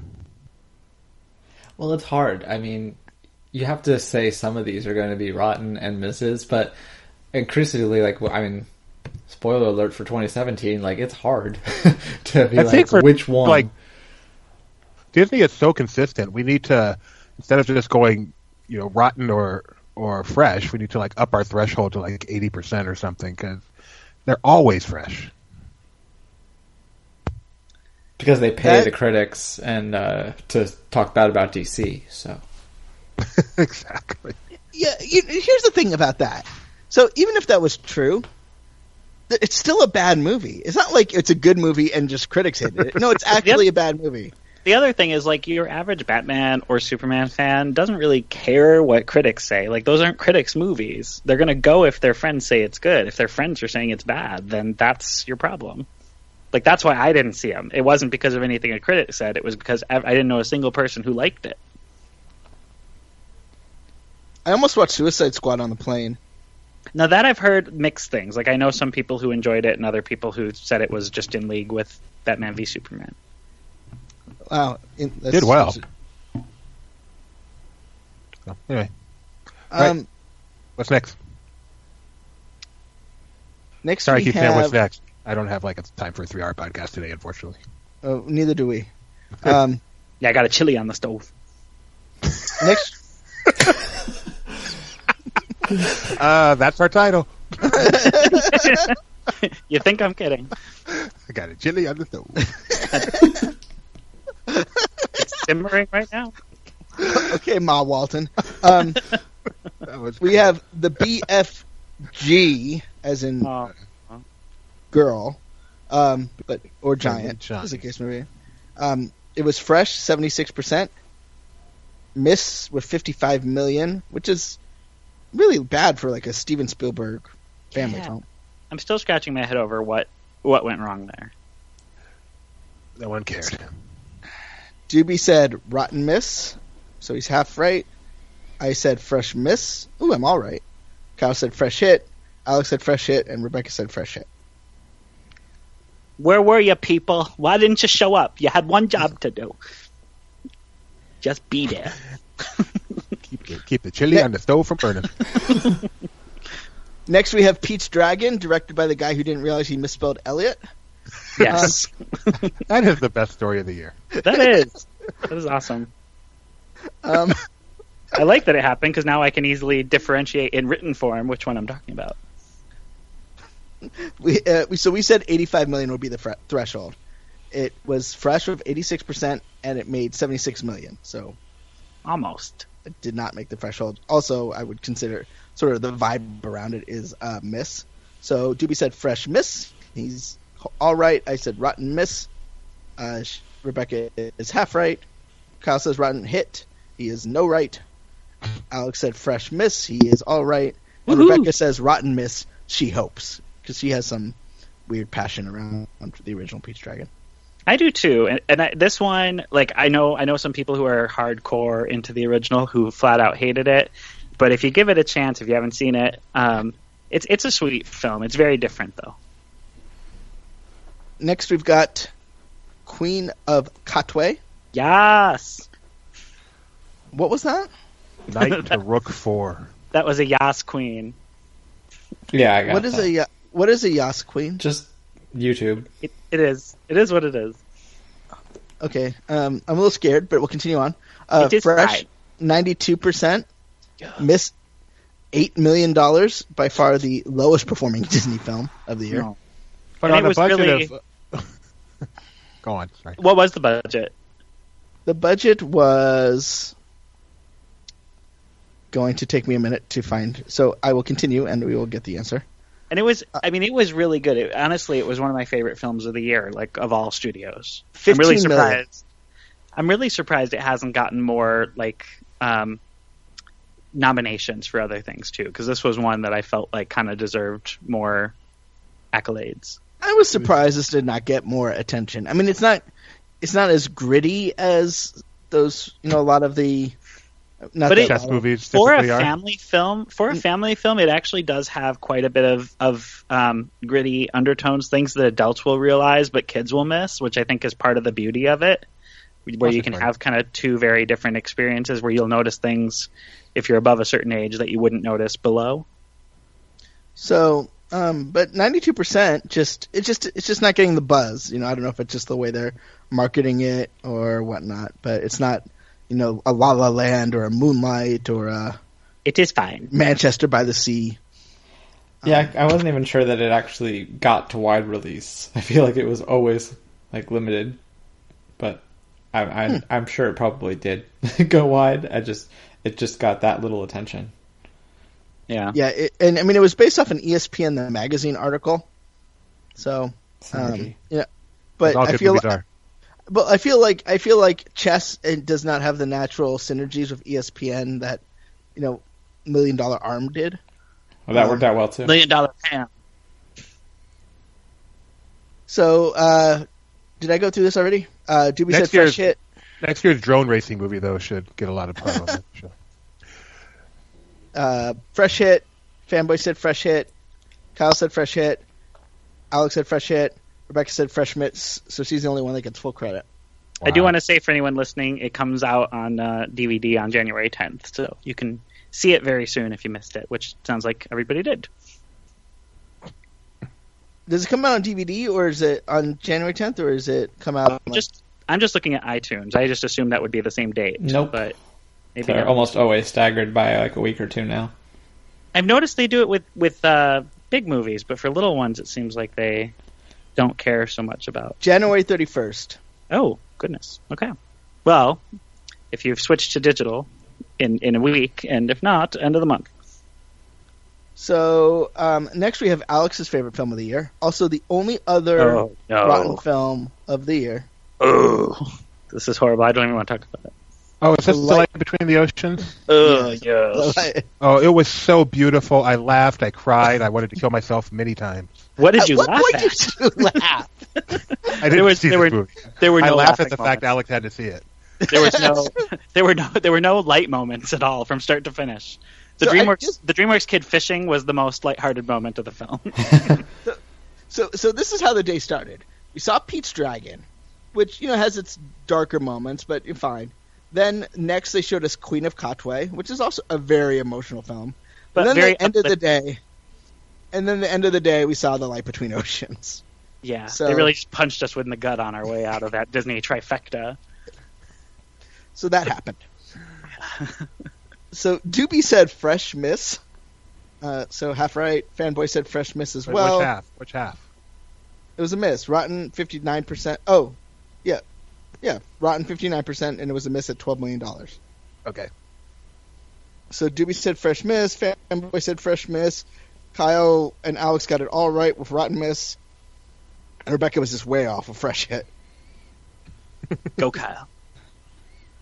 S3: Well, it's hard. I mean, you have to say some of these are going to be rotten and misses, but increasingly, like, well, I mean, spoiler alert for 2017, like, it's hard to be
S1: I
S3: like,
S1: think for,
S3: which one?
S1: like, Disney is so consistent. We need to instead of just going, you know, rotten or or fresh, we need to like up our threshold to like eighty percent or something because they're always fresh.
S3: because they pay
S2: that-
S3: the critics and uh, to talk bad about DC. So
S1: exactly.
S2: yeah, you, here's the thing about that. So even if that was true, th- it's still a bad movie. It's not like it's a good movie and just critics hated it. No, it's actually a bad movie.
S4: The other thing is like your average Batman or Superman fan doesn't really care what critics say. Like those aren't critics' movies. They're gonna go if their friends say it's good. If their friends are saying it's bad, then that's your problem. Like that's why I didn't see them. It wasn't because of anything a critic said. It was because I I didn't know a single person who liked it.
S2: I almost watched Suicide Squad on the plane.
S4: Now that I've heard mixed things. Like I know some people who enjoyed it and other people who said it was just in league with Batman v Superman.
S2: Wow, in, that's-
S1: Did well. So, anyway,
S2: Um,
S1: what's next?
S2: Next,
S1: Sorry, I
S2: we
S1: keep saying
S2: have.
S1: what's next. I don't have like a time for a three-hour podcast today, unfortunately.
S2: Oh, neither do we. Um,
S4: Yeah, I got a chili on the stove.
S2: next,
S1: Uh, that's our title.
S4: You think I'm kidding?
S1: I got a chili on the stove.
S4: Simmering right now.
S2: okay, Ma Walton. Um,
S1: That was
S2: we have the BFG, as in
S4: Oh.
S2: girl, um, but or giant,
S1: giant.
S2: as the case may be. Um, it was fresh, seventy six percent. Miss with fifty five million, which is really bad for like a Steven Spielberg family
S4: Yeah.
S2: film.
S4: I'm still scratching my head over what what went wrong there.
S1: no one cared.
S2: Doobie said rotten miss, so he's half right. I said fresh miss. Ooh, I'm all right. Kyle said fresh hit. Alex said fresh hit, and Rebecca said fresh hit.
S4: Where were you people? Why didn't you show up? You had one job to do. Just be there.
S1: Keep the, keep the chili on the stove from burning.
S2: Next, we have Pete's Dragon, directed by the guy who didn't realize he misspelled Elliot.
S4: Yes.
S1: that is the best story of the year.
S4: that is. That is awesome.
S2: Um,
S4: I like that it happened because now I can easily differentiate in written form which one I'm talking about.
S2: we, uh, we so we said 85 million would be the fre- threshold. It was fresh with 86 percent, and it made 76 million. So
S4: Almost.
S2: it did not make the threshold. Also, I would consider sort of the vibe around it is uh, miss. So Doobie said fresh miss. He's all right. I said rotten miss. Uh, sh- Rebecca is half right. Kyle says rotten hit. He is no right. Alex said fresh miss. He is all right. And
S4: Woohoo.
S2: Rebecca says rotten miss. She hopes because she has some weird passion around the original Peach Dragon.
S4: I do too, and, and I, this one, like I know, I know some people who are hardcore into the original who flat out hated it. But if you give it a chance, if you haven't seen it, um, it's it's a sweet film. It's very different though.
S2: Next, we've got Queen of Katwe.
S4: Yes.
S2: What was that?
S1: Knight to rook four.
S4: That was a Yas Queen.
S3: Yeah, I got
S2: What is
S3: that.
S2: a ya- what is a Yas Queen?
S3: Just YouTube.
S4: It, it is. It is what it is.
S2: Okay, um, I'm a little scared, but we'll continue on. Uh,
S4: It is
S2: fresh,
S4: fine.
S2: ninety-two percent, missed eight million dollars. By far the lowest performing Disney film of the year.
S4: No.
S1: But
S4: And
S1: on
S4: it
S1: a
S4: was
S1: budget
S4: really-
S1: of. Go on. Sorry.
S4: What was the budget?
S2: The budget was going to take me a minute to find, so I will continue and we will get the answer.
S4: And it was. I mean, it was really good. It, honestly, it was one of my favorite films of the year, like of all studios. I'm really
S2: 15 million.
S4: surprised. I'm really surprised it hasn't gotten more like um, nominations for other things too, because this was one that I felt like kind of deserved more accolades.
S2: I was
S3: Mm-hmm.
S2: surprised this did not get more attention. I mean, it's not it's not as gritty as those, you know, a lot of the. Not
S4: But
S2: that
S4: it-
S2: a
S1: Chess
S2: lot of-
S1: movies
S4: for a
S1: typically are. Mm.
S4: family film for a family film it actually does have quite a bit of of um, gritty undertones things that adults will realize but kids will miss which i think is part of the beauty of it where you can
S1: Possibly.
S4: have kind of two very different experiences where you'll notice things if you're above a certain age that you wouldn't notice below
S2: So, um, but ninety-two percent just it's just it's just not getting the buzz. You know, I don't know if it's just the way they're marketing it or whatnot, but it's not, you know, a La La Land or a Moonlight or a
S4: it is fine
S2: Manchester by the Sea.
S4: Um,
S3: Yeah, I I wasn't even sure that it actually got to wide release. I feel like it was always like limited, but I, I,
S4: Hmm.
S3: I'm sure it probably did go wide. I just it just got that little attention.
S4: yeah
S2: Yeah, it, and I mean it was based off an E ESPN the magazine article. So,
S3: Synergy.
S2: um, yeah, but
S1: All
S2: I
S1: good
S2: feel
S1: movies are.
S2: but I feel like I feel like chess it does not have the natural synergies E with ESPN that you know Million Dollar Arm did.
S3: well, that worked out well too.
S4: million dollar ham
S2: So uh, did I go through this already? Uh, Doobie
S1: Next
S2: said fresh
S1: year's-
S2: hit.
S1: Next year's drone racing movie though should get a lot of pub on that show.
S2: Uh, fresh hit. Fanboy said fresh hit. Kyle said fresh hit. Alex said fresh hit. Rebecca said fresh mitts. So she's the only one that gets full credit.
S4: i do
S1: Wow.
S4: want to say for anyone listening it comes out on uh, dvd on january 10th so you can see it very soon if you missed it which sounds like everybody did
S2: Does it come out on DVD or is it on January 10th or is it come out? on, like-
S4: Um, just I'm just looking at iTunes. I just assumed that would be the same date.
S3: Nope.
S4: But maybe
S3: They're
S4: not.
S3: almost always staggered by like a week or two now.
S4: I've noticed they do it with with uh, big movies, but for little ones, it seems like they don't care so much about.
S2: January 31st.
S4: Oh goodness. Okay. Well, if you've switched to digital in in a week, and if not, end of the month.
S2: So um, next we have Alex's favorite film of the year. Also the only other
S4: Oh no.
S2: rotten film of the year.
S4: Oh, this is horrible. I don't even want to talk about it.
S1: Oh, is this
S2: The
S1: the
S2: light-
S1: light between the oceans?
S4: Oh
S1: Oh, it was so beautiful. I laughed. I cried. I wanted to kill myself many times.
S4: What did you
S2: At what
S4: laugh
S2: point
S4: at?
S2: did you laugh?
S1: I didn't
S4: There was-
S1: see
S4: there
S1: this
S4: were-
S1: movie.
S4: There were
S1: I
S4: no
S1: laughed
S4: laughing
S1: at the fact
S4: moments.
S1: Alex had to see it.
S4: There was no, there were no, there were no light moments at all from start to finish. The
S2: So I
S4: DreamWorks,
S2: just-
S4: the DreamWorks kid fishing was the most lighthearted moment of the film.
S2: So, so this is how the day started. We saw Pete's Dragon, which you know has its darker moments, but you're fine. Then next they showed us Queen of Katwe, which is also a very emotional film.
S4: But
S2: and then
S4: very
S2: the end of the
S4: uplift-
S2: day, and then the end of the day, we saw the light between oceans.
S4: yeah,
S2: so-
S4: they really just punched us in the gut on our way out of that Disney trifecta.
S2: So that happened. so Doobie said fresh miss. Uh, so half right. Fanboy said fresh miss as
S1: Wait,
S2: well.
S1: which half? Which half?
S2: It was a miss. Rotten fifty nine percent. Oh, yeah, yeah. Rotten fifty nine percent, and it was a miss at twelve million dollars.
S1: Okay.
S2: So Doobie said fresh miss. Fanboy said fresh miss. Kyle and Alex got it all right with rotten miss. And Rebecca was just way off with fresh hit.
S4: Go Kyle.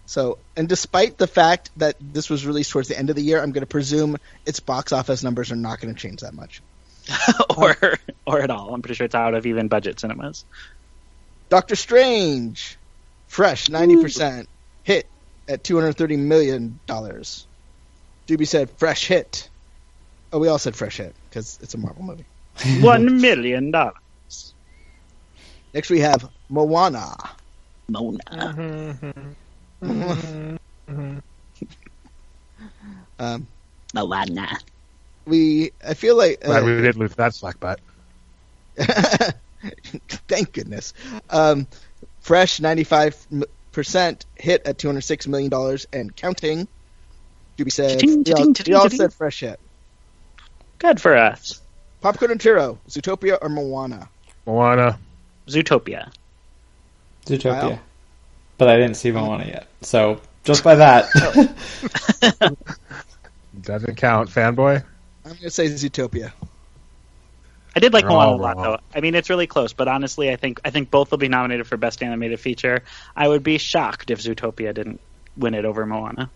S2: So, and despite the fact that this was released towards the end of the year, I'm going to presume its box office numbers are not going to change that much.
S4: or or at all. I'm pretty sure it's out of even budget cinemas.
S2: Doctor Strange, fresh ninety percent hit at two hundred thirty million dollars. Doobie said fresh hit. Oh, we all said fresh hit because it's a Marvel movie.
S4: One million dollars.
S2: Next we have Moana. Mm-hmm.
S4: Mona.
S2: Um,
S4: Moana.
S2: we I feel like
S1: Glad
S2: uh,
S1: we did lose that slack bot.
S2: thank goodness. Um, Fresh ninety five percent hit at two hundred six million dollars and counting. Doobie said
S4: Cha-ching,
S2: we all,
S4: cha-ching,
S2: we all
S4: cha-ching,
S2: said Fresh hit.
S4: Good for us.
S2: Popcorn and Tiro, Zootopia or Moana?
S1: Moana.
S4: Zootopia.
S3: Zootopia.
S2: Wow.
S3: But I didn't see Moana yet. So just by that,
S4: Oh.
S1: Doesn't count. Fanboy.
S2: I'm gonna say Zootopia.
S4: I did like
S1: You're
S4: Moana a
S1: all
S4: lot,
S1: wrong.
S4: though. I mean, it's really close, but honestly, I think I think both will be nominated for Best Animated Feature. I would be shocked if Zootopia didn't win it over Moana.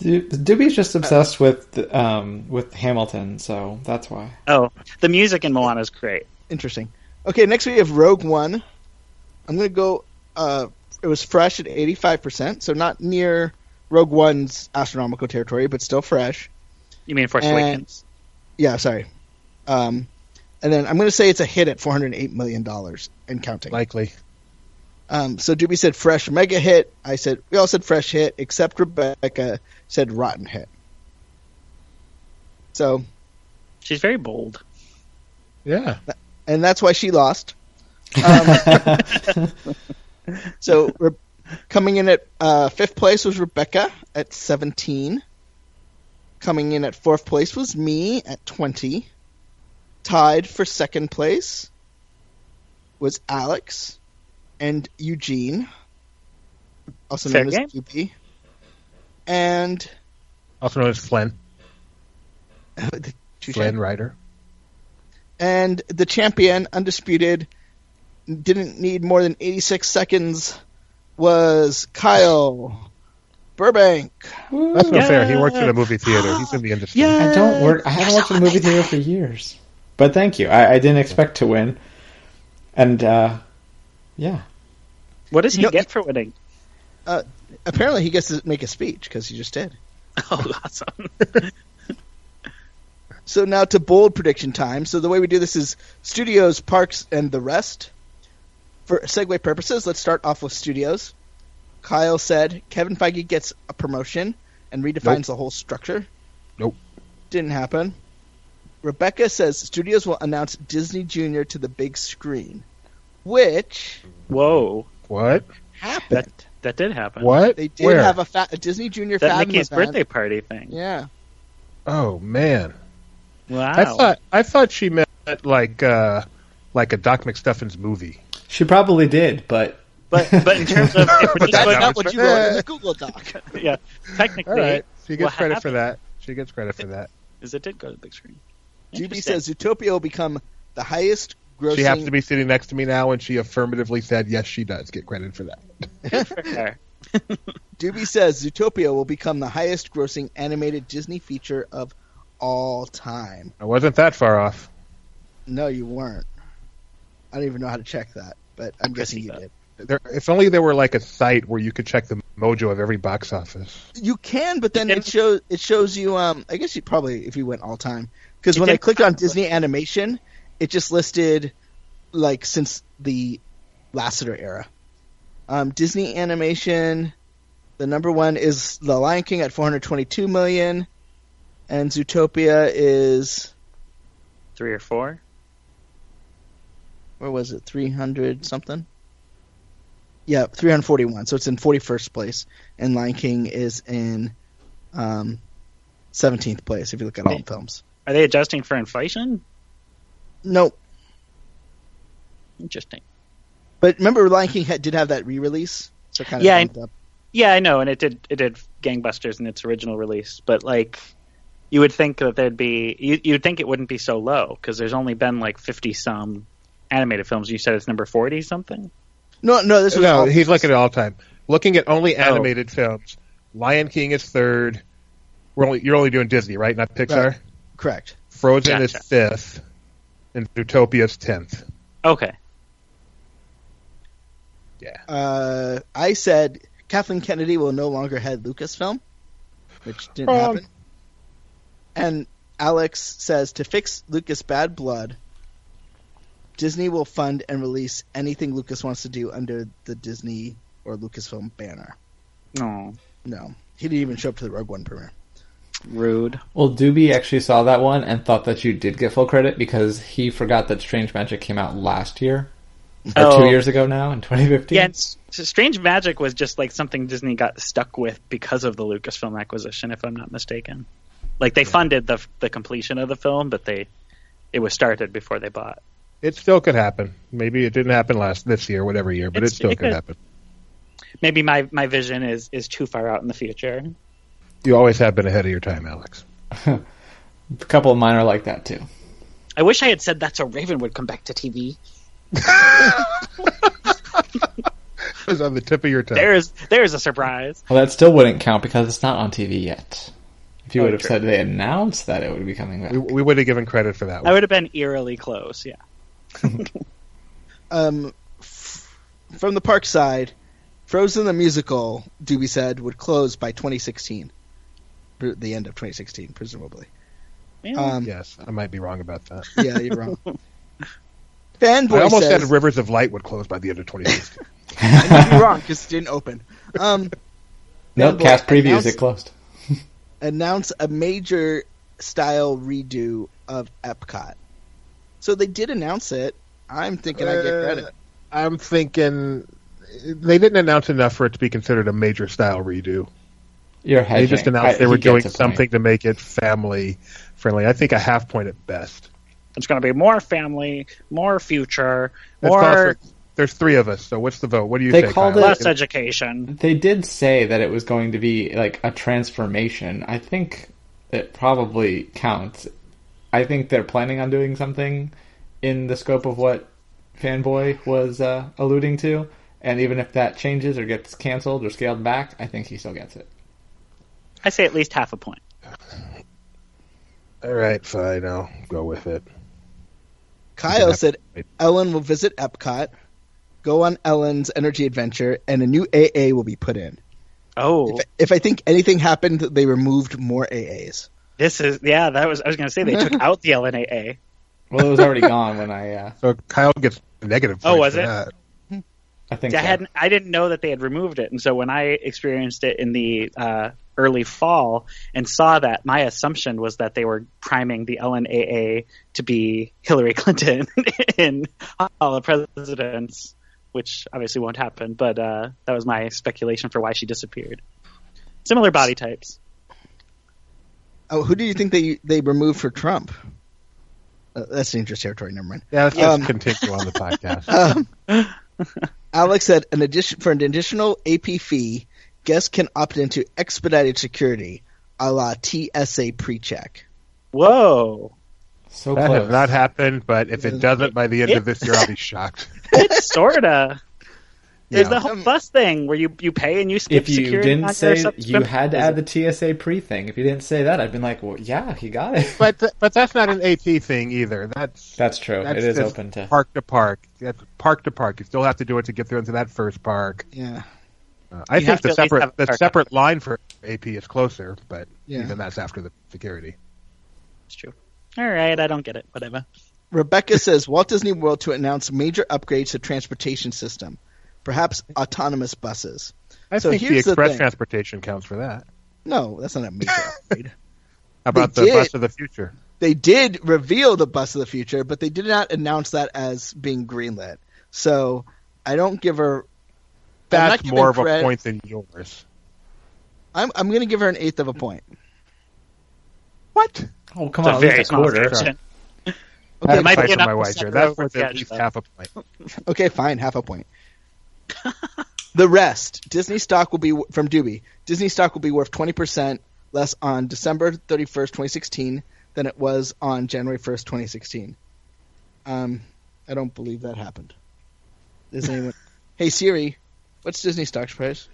S3: Doo- Doobie's just obsessed with um, with Hamilton, so that's why.
S4: Oh, the music in Moana is great.
S2: Interesting. Okay, next we have Rogue One. I'm gonna go. Uh, it was fresh at 85 percent, so not near Rogue One's astronomical territory, but still fresh.
S4: You mean Force
S2: And-
S4: Awakens?
S2: Yeah, sorry. Um, and then I'm going to say it's a hit at 408 million dollars and counting.
S1: Likely.
S2: Um, so Doobie said fresh mega hit. I said we all said fresh hit, except Rebecca said rotten hit. So
S4: She's very bold.
S1: Yeah.
S2: and that's why she lost. Um, so re- coming in at uh, fifth place was Rebecca at 17. Coming in at fourth place was me at 20. Tied for second place was Alex and Eugene, also
S4: Fair
S2: known
S4: game.
S2: as QB. And
S1: Also known as Flynn. Flynn Rider.
S2: and the champion, undisputed, didn't need more than 86 seconds, was Kyle Burbank.
S1: That's
S3: Woo.
S1: no fair. He works
S4: Yeah.
S1: in a movie theater. He's in the industry.
S4: Yeah.
S3: I don't work. I haven't worked in a movie theater for years. But thank you. I, I didn't expect to win, and uh, yeah,
S4: What does he
S2: You know-
S4: get for winning?
S2: Apparently, he gets to make a speech because he just did.
S4: Oh, awesome.
S2: So now to bold prediction time. So the way we do this is studios, parks, and the rest. For segue purposes, let's start off with studios. Kyle said Kevin Feige gets a promotion and redefines
S1: Nope.
S2: the whole structure.
S1: Nope.
S2: Didn't happen. Rebecca says studios will announce Disney Junior to the big screen, which
S4: Whoa,
S1: What?
S2: happened.
S4: that did happen.
S1: What?
S2: they did
S1: Where?
S2: have a, fa- a Disney Junior
S4: That
S2: Fathom
S4: Mickey's
S2: event.
S4: birthday party thing.
S2: Yeah.
S1: Oh man.
S4: Wow.
S1: I thought I thought she meant like uh like a Doc McStuffins movie.
S3: she probably did. But
S4: But but in terms of if we're
S1: But
S2: That's
S4: just
S1: that-
S4: going
S1: that
S2: not
S1: was-
S2: what you wrote in the Google Doc.
S4: yeah, technically,
S1: All right. She gets
S4: What
S1: credit for that. She gets credit for that.
S4: is it did go to the big screen.
S2: GB
S4: Interesting.
S2: says Zootopia will become the highest grossing.
S1: She happens to be sitting next to me now, and she affirmatively said, "Yes, she does get credit for that."
S4: Fair.
S2: Doobie says Zootopia will become the highest grossing animated Disney feature of all time.
S1: I wasn't that far off.
S2: No, you weren't. I don't even know how to check that, but I'm guessing you did.
S1: There, if only there were like a site where you could check the mojo of every box office.
S2: You can, but then
S4: It
S2: it shows it shows you. Um, I guess you probably if you went all time because
S4: It
S2: when I
S4: did-
S2: clicked on Disney Animation, it just listed like since the Lasseter era. Um, Disney Animation, the number one is The Lion King at 422 million, and Zootopia is
S4: Three or four.
S2: where was it 300 something yeah 341 so it's in 41st place and lion king is in um, 17th place if you look at all the films
S4: Are they adjusting for inflation?
S2: no
S4: Interesting.
S2: but remember lion king had, did have that re-release so kind of
S4: Yeah, I-
S2: bumped up.
S4: Yeah, I know, and it did it did gangbusters in its original release, but like you would think that there'd be you, you'd think it wouldn't be so low because there's only been like 50 some animated films. You said it's number 40 something.
S2: no no this was
S1: No,
S2: all- Oh.
S1: he's looking at all time. Looking at only animated films, Lion King is third. We're only you're only doing Disney, right? Not Pixar.
S2: Right. correct
S1: Frozen is
S4: Gotcha.
S1: fifth, and Zootopia is tenth.
S4: Okay.
S2: uh, i said kathleen kennedy will no longer head lucasfilm which didn't
S1: Wrong.
S2: happen and alex says to fix lucas bad blood Disney will fund and release anything Lucas wants to do under the Disney or Lucasfilm banner.
S4: No.
S2: No, he didn't even show up to the Rogue One premiere.
S4: Rude.
S3: Well, Doobie actually saw that one and thought that you did get full credit because he forgot that Strange Magic came out last year. Or
S4: Oh.
S3: two years ago now, in 2015.
S4: Yeah, and S- Strange Magic was just like something Disney got stuck with because of the Lucasfilm acquisition, if I'm not mistaken. Like they funded the the completion of the film, but they it was started before they bought.
S1: It still could happen. Maybe it didn't happen last this year, whatever year, but
S4: It's-
S1: it still
S4: it
S1: could
S4: could.
S1: happen.
S4: Maybe my, my vision is, is too far out in the future.
S1: You always have been ahead of your time, Alex.
S3: A couple of mine are like that too.
S4: I wish I had said that's how Raven would come back to TV.
S1: It was on the tip of your tongue.
S4: There's there's a surprise.
S3: Well, that still wouldn't count because it's not on TV yet. If you
S4: Oh,
S3: would have
S4: true.
S3: said they announced that it would be coming back,
S1: we we would have given credit for that
S4: I
S1: one.
S4: would have been eerily close. Yeah.
S2: Um, f- from the park side, Frozen the musical, Doobie said, would close by 2016, Pre- the end of 2016, presumably.
S4: Yeah.
S2: Um, yeah.
S1: Yes, I might be wrong about that.
S2: you're wrong. Fanboy
S1: I almost
S2: says,
S1: said Rivers of Light would close by the end of 2016.
S2: you're wrong because it didn't open. Um,
S3: no
S2: Fanboy
S3: cast previews.
S2: announced-
S3: It closed.
S2: announce a major style redo of Epcot. So they did announce it. I'm thinking I get credit.
S1: Uh, I'm thinking they didn't announce enough for it to be considered a major style redo.
S3: You're
S1: They
S3: hedging.
S1: just
S3: I-
S1: announced they
S3: he
S1: were
S3: gets
S1: doing
S3: a point.
S1: something to make it family friendly. I think a half point at best.
S4: It's going to be more family, more future,
S1: That's
S4: more
S1: possible. There's three of us, so what's the vote? What do you
S3: They
S1: think?
S3: called
S1: Kyle?
S3: it-
S4: less education.
S3: They did say that it was going to be like a transformation. I think it probably counts. I think they're planning on doing something in the scope of what Fanboy was uh, alluding to. And even if that changes or gets canceled or scaled back, I think he still gets it.
S4: I say at least half a point.
S1: All right, fine. I'll go with it.
S2: Kyle said Ellen will visit Epcot, go on Ellen's energy adventure, and a new AA will be put in.
S4: Oh,
S2: If, if I think anything happened, they removed more AAs.
S4: this is yeah. That was I was going to say they took out the LNAA.
S3: Well, it was already gone when I. Uh,
S1: So Kyle gets negative.
S4: Oh,
S1: points
S4: was
S1: for
S4: it?
S1: that.
S3: I think
S4: I
S3: so.
S4: hadn't. I didn't know that they had removed it, and so when I experienced it in the uh, early fall and saw that, my assumption was that they were priming the LNAA to be Hillary Clinton in all the presidents, which obviously won't happen. But uh, that was my speculation for why she disappeared. Similar body types.
S2: Oh, who do you think they they removed for Trump? Uh, that's dangerous territory. Never mind.
S1: Yeah, let's
S2: Um,
S1: just continue on the podcast.
S2: Alex said an addition for an additional AP fee, guests can opt into expedited security, a la TSA pre-check.
S4: Whoa!
S3: So
S1: that
S3: close.
S1: has not happened, but if it doesn't by the end of this year, I'll be shocked.
S4: It's sorta. There's
S1: Yeah.
S4: the whole bus thing where you, you pay and you skip
S3: if you
S4: security. on
S3: didn't
S4: your
S3: say
S4: sub-
S3: you had to add the TSA pre thing, if you didn't say that, I'd been like, well, yeah, he got it.
S1: But th- but that's not an AP thing either. That's
S3: That's true.
S1: that's
S3: it is
S1: just
S3: open to.
S1: park to park. That's park to park. You still have to do it to get through into that first park.
S2: Yeah,
S1: Uh, I
S4: You have
S1: think
S4: to
S1: the
S4: at least have
S1: separate
S4: a
S1: the
S4: park.
S1: separate line for AP is closer, but
S2: Yeah.
S1: even that's after the security.
S4: It's true. All right, I don't get it. Whatever.
S2: Rebecca says Walt Disney World to announce major upgrades to transportation system, perhaps autonomous buses.
S1: I
S2: So
S1: think the
S2: here's the
S1: express
S2: thing.
S1: transportation counts for that.
S2: No, that's not a major upgrade.
S1: How about
S2: They
S1: the
S2: did.
S1: bus of the future?
S2: They did reveal the bus of the future, but they did not announce that as being greenlit. So I don't give her. I'm not
S1: That's
S2: giving
S1: more of a
S2: cred-
S1: point than yours.
S2: I'm I'm going to give her an eighth of a point.
S1: What?
S3: Oh, come
S4: It's a
S3: on, at least
S4: very
S3: a
S4: small
S3: quarter.
S4: fraction.
S1: Okay,
S4: might be
S1: fight for
S4: enough
S1: my
S4: to
S1: wife here.
S4: separate
S1: That's
S4: over
S1: worth
S4: the
S1: at
S4: edge,
S1: least
S4: though.
S1: half a point.
S2: Okay, fine, half a point. the rest, Disney stock will be from Doobie. Disney stock will be worth twenty percent less on December thirty first, twenty sixteen, than it was on January first, twenty sixteen. Um, I don't believe that happened. Does anyone? hey Siri, what's Disney stock's price?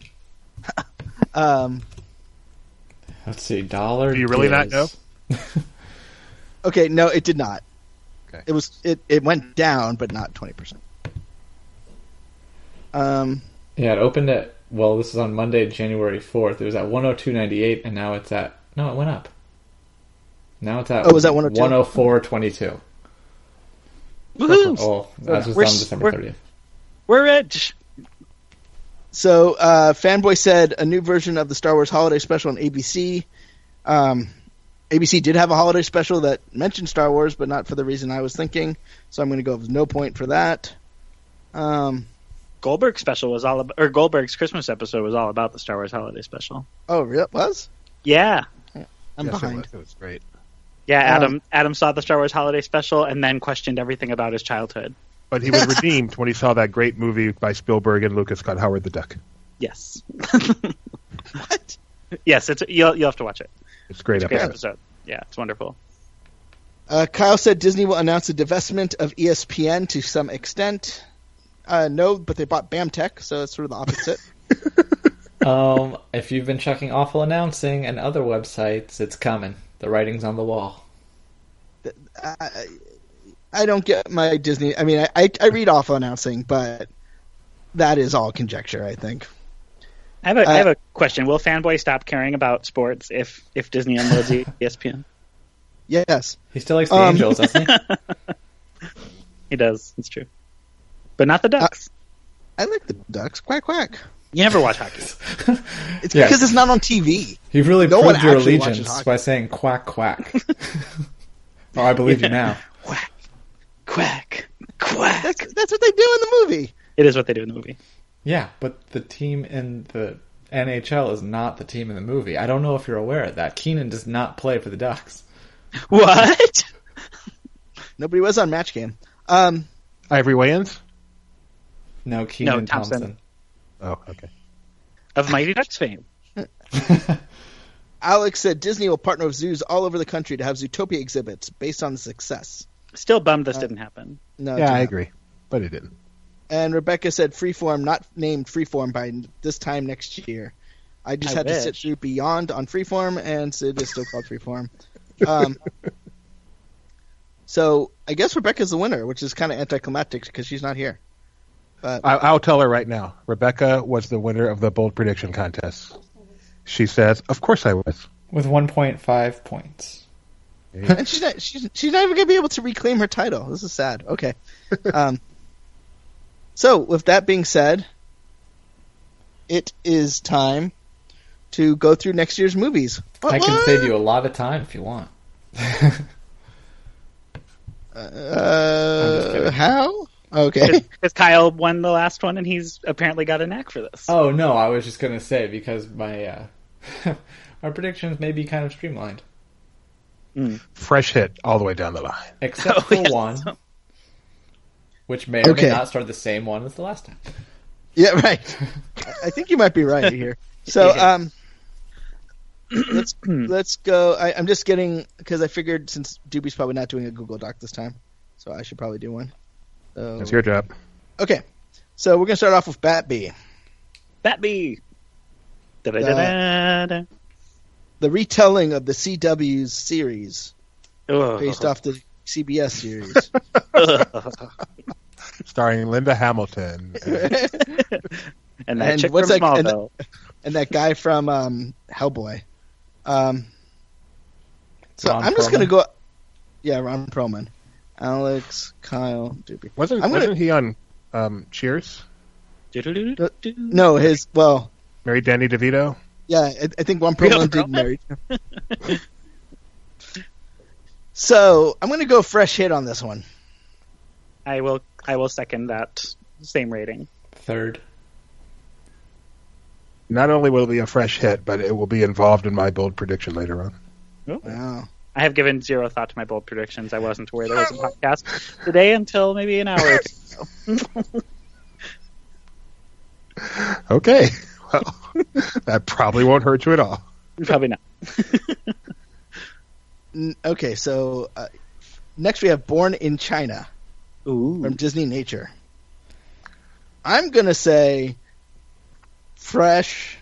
S2: um,
S3: Let's see, dollar.
S1: Do you really not
S3: deals.
S2: okay, no, it did not.
S1: Okay.
S2: It was it, it went down, but not twenty percent. Um.
S3: Yeah, it opened at. Well, this is on Monday, January fourth. It was at one hundred two ninety eight, and now it's at. No, it went up. Now it's at.
S2: Oh, was that 102?
S3: One hundred four twenty two.
S4: Woohoo!
S3: Oh, that was
S4: We're
S3: on
S4: s-
S3: December
S4: we're-
S3: thirtieth.
S4: We're rich.
S2: So, uh, Fanboy said a new version of the Star Wars Holiday Special on ABC. Um, ABC did have a holiday special that mentioned Star Wars, but not for the reason I was thinking. So I'm going to go with no point for that. Um,
S4: Goldberg's special was all about, or Goldberg's Christmas episode was all about the Star Wars holiday special.
S2: oh, really? It was?
S4: Yeah,
S2: I'm
S1: Yes, it
S2: behind.
S1: was. It was great.
S4: yeah.
S2: Um,
S4: Adam Adam saw the Star Wars holiday special and then questioned everything about his childhood.
S1: But he was redeemed when he saw that great movie by Spielberg and Lucas called Howard the Duck.
S4: Yes. what? Yes, it's you'll you'll have to watch it.
S1: It's a great
S4: Great
S1: episode.
S4: episode. Yeah, it's wonderful.
S2: Uh, Kyle said Disney will announce the divestment of E ESPN to some extent. Uh, no, but they bought BAMTech, so it's sort of the opposite.
S3: um, if you've been checking awful announcing and other websites, it's coming. The writing's on the wall.
S2: I, I don't get my Disney. I mean, I, I, I read awful announcing, but that is all conjecture, I think.
S4: I have a I
S2: Uh,
S4: have a question. Will fanboy stop caring about sports if if Disney unloads E ESPN?
S2: Yes.
S3: He still likes the
S2: Um.
S3: Angels, doesn't he?
S4: He does. It's true, but not the Ducks.
S2: I like the ducks. Quack, quack.
S4: you never watch hockey.
S2: It's
S3: Yeah.
S2: because it's not on TV.
S3: You've really
S2: No
S3: proved
S2: one
S3: your
S2: actually watches
S3: allegiance
S2: hockey.
S3: by saying quack quack. oh, I believe you now.
S4: Quack, quack, quack.
S2: That's, that's what they do in the movie.
S4: It is what they do in the movie.
S3: Yeah, but the team in the NHL is not the team in the movie. I don't know if you're aware of that. Keenan does not play for the Ducks.
S4: What?
S2: Nobody was on Match Game. Um,
S1: Ivory Wayans?
S3: No, Keenan
S4: No, Thompson.
S3: Thompson.
S1: Oh, okay.
S4: Of Mighty Ducks fame.
S2: Alex said Disney will partner with zoos all over the country to have Zootopia exhibits based on the success.
S4: Still bummed
S2: Uh,
S4: this didn't happen.
S2: No, it's
S1: Yeah, I
S2: not.
S1: agree. But it didn't.
S2: And Rebecca said Freeform, not named Freeform by this time next year. I just
S4: I
S2: had to sit
S4: wish.
S2: through Beyond on Freeform, and so it is still called Freeform. Um, so I guess Rebecca's the winner, which is kind of anticlimactic because she's not here.
S1: I, I'll tell her right now. Rebecca was the winner of the bold prediction contest. She says, "Of course I was."
S3: With 1.5 points.
S2: And she's not, she's, she's not even going to be able to reclaim her title. This is sad. Okay. Um, so, with that being said, it is time to go through next year's movies.
S3: I can save you a lot of time if you want. I'm just
S2: Uh,
S3: kidding.
S2: how? Okay.
S4: Because Kyle won the last one, and he's apparently got a knack for this.
S3: Oh no, I was just gonna say because my uh, our predictions may be kind of streamlined,
S1: Fresh hit all the way down the line.
S3: except
S4: Oh,
S3: for
S4: yes.
S3: one, which may or
S2: Okay.
S3: may not start the same one as the last time.
S2: Yeah, right. I- I think you might be right here. So, um, let's let's go. I, I'm just getting because I figured since Doobie's probably not doing a Google Doc this time, so I should probably do one. So,
S1: That's your job.
S2: okay, so we're gonna start off with Bat B.
S4: That be. Da-da-da-da-da.
S2: the retelling of the CW's series
S3: Uh-huh.
S4: Ugh.
S2: based off the CBS series.
S1: Starring Linda Hamilton. and
S4: and that
S2: And
S4: chick
S2: what's
S4: from
S2: that- and-
S4: Smallville.
S2: and that guy from um, Hellboy. Um, so
S3: Ron
S2: I'm just
S3: Perlman.
S2: gonna go. Yeah, Ron Perlman, Alex, Kyle, Doobie.
S1: wasn't
S2: I'm gonna-
S1: wasn't he on um, Cheers?
S4: Do-do-do-do-do.
S2: No, his well,
S1: Married Danny DeVito.
S2: yeah, I, I think Ron
S4: Real
S2: Perlman did
S4: Perlman?
S2: marry. so I'm gonna go fresh hit on this one.
S4: I will. I will second that same rating.
S3: Third,
S1: Not only will it be a fresh hit, but it will be involved in my bold prediction later on.
S2: Wow.
S4: I have given zero thought to my bold predictions. I wasn't aware there was a podcast today until maybe an hour. or two.
S1: Okay. Well, that probably won't hurt you at all.
S4: Probably not.
S2: N- Okay, so uh, next we have Born in China. from
S4: Ooh.
S2: Disney Nature. I'm gonna say fresh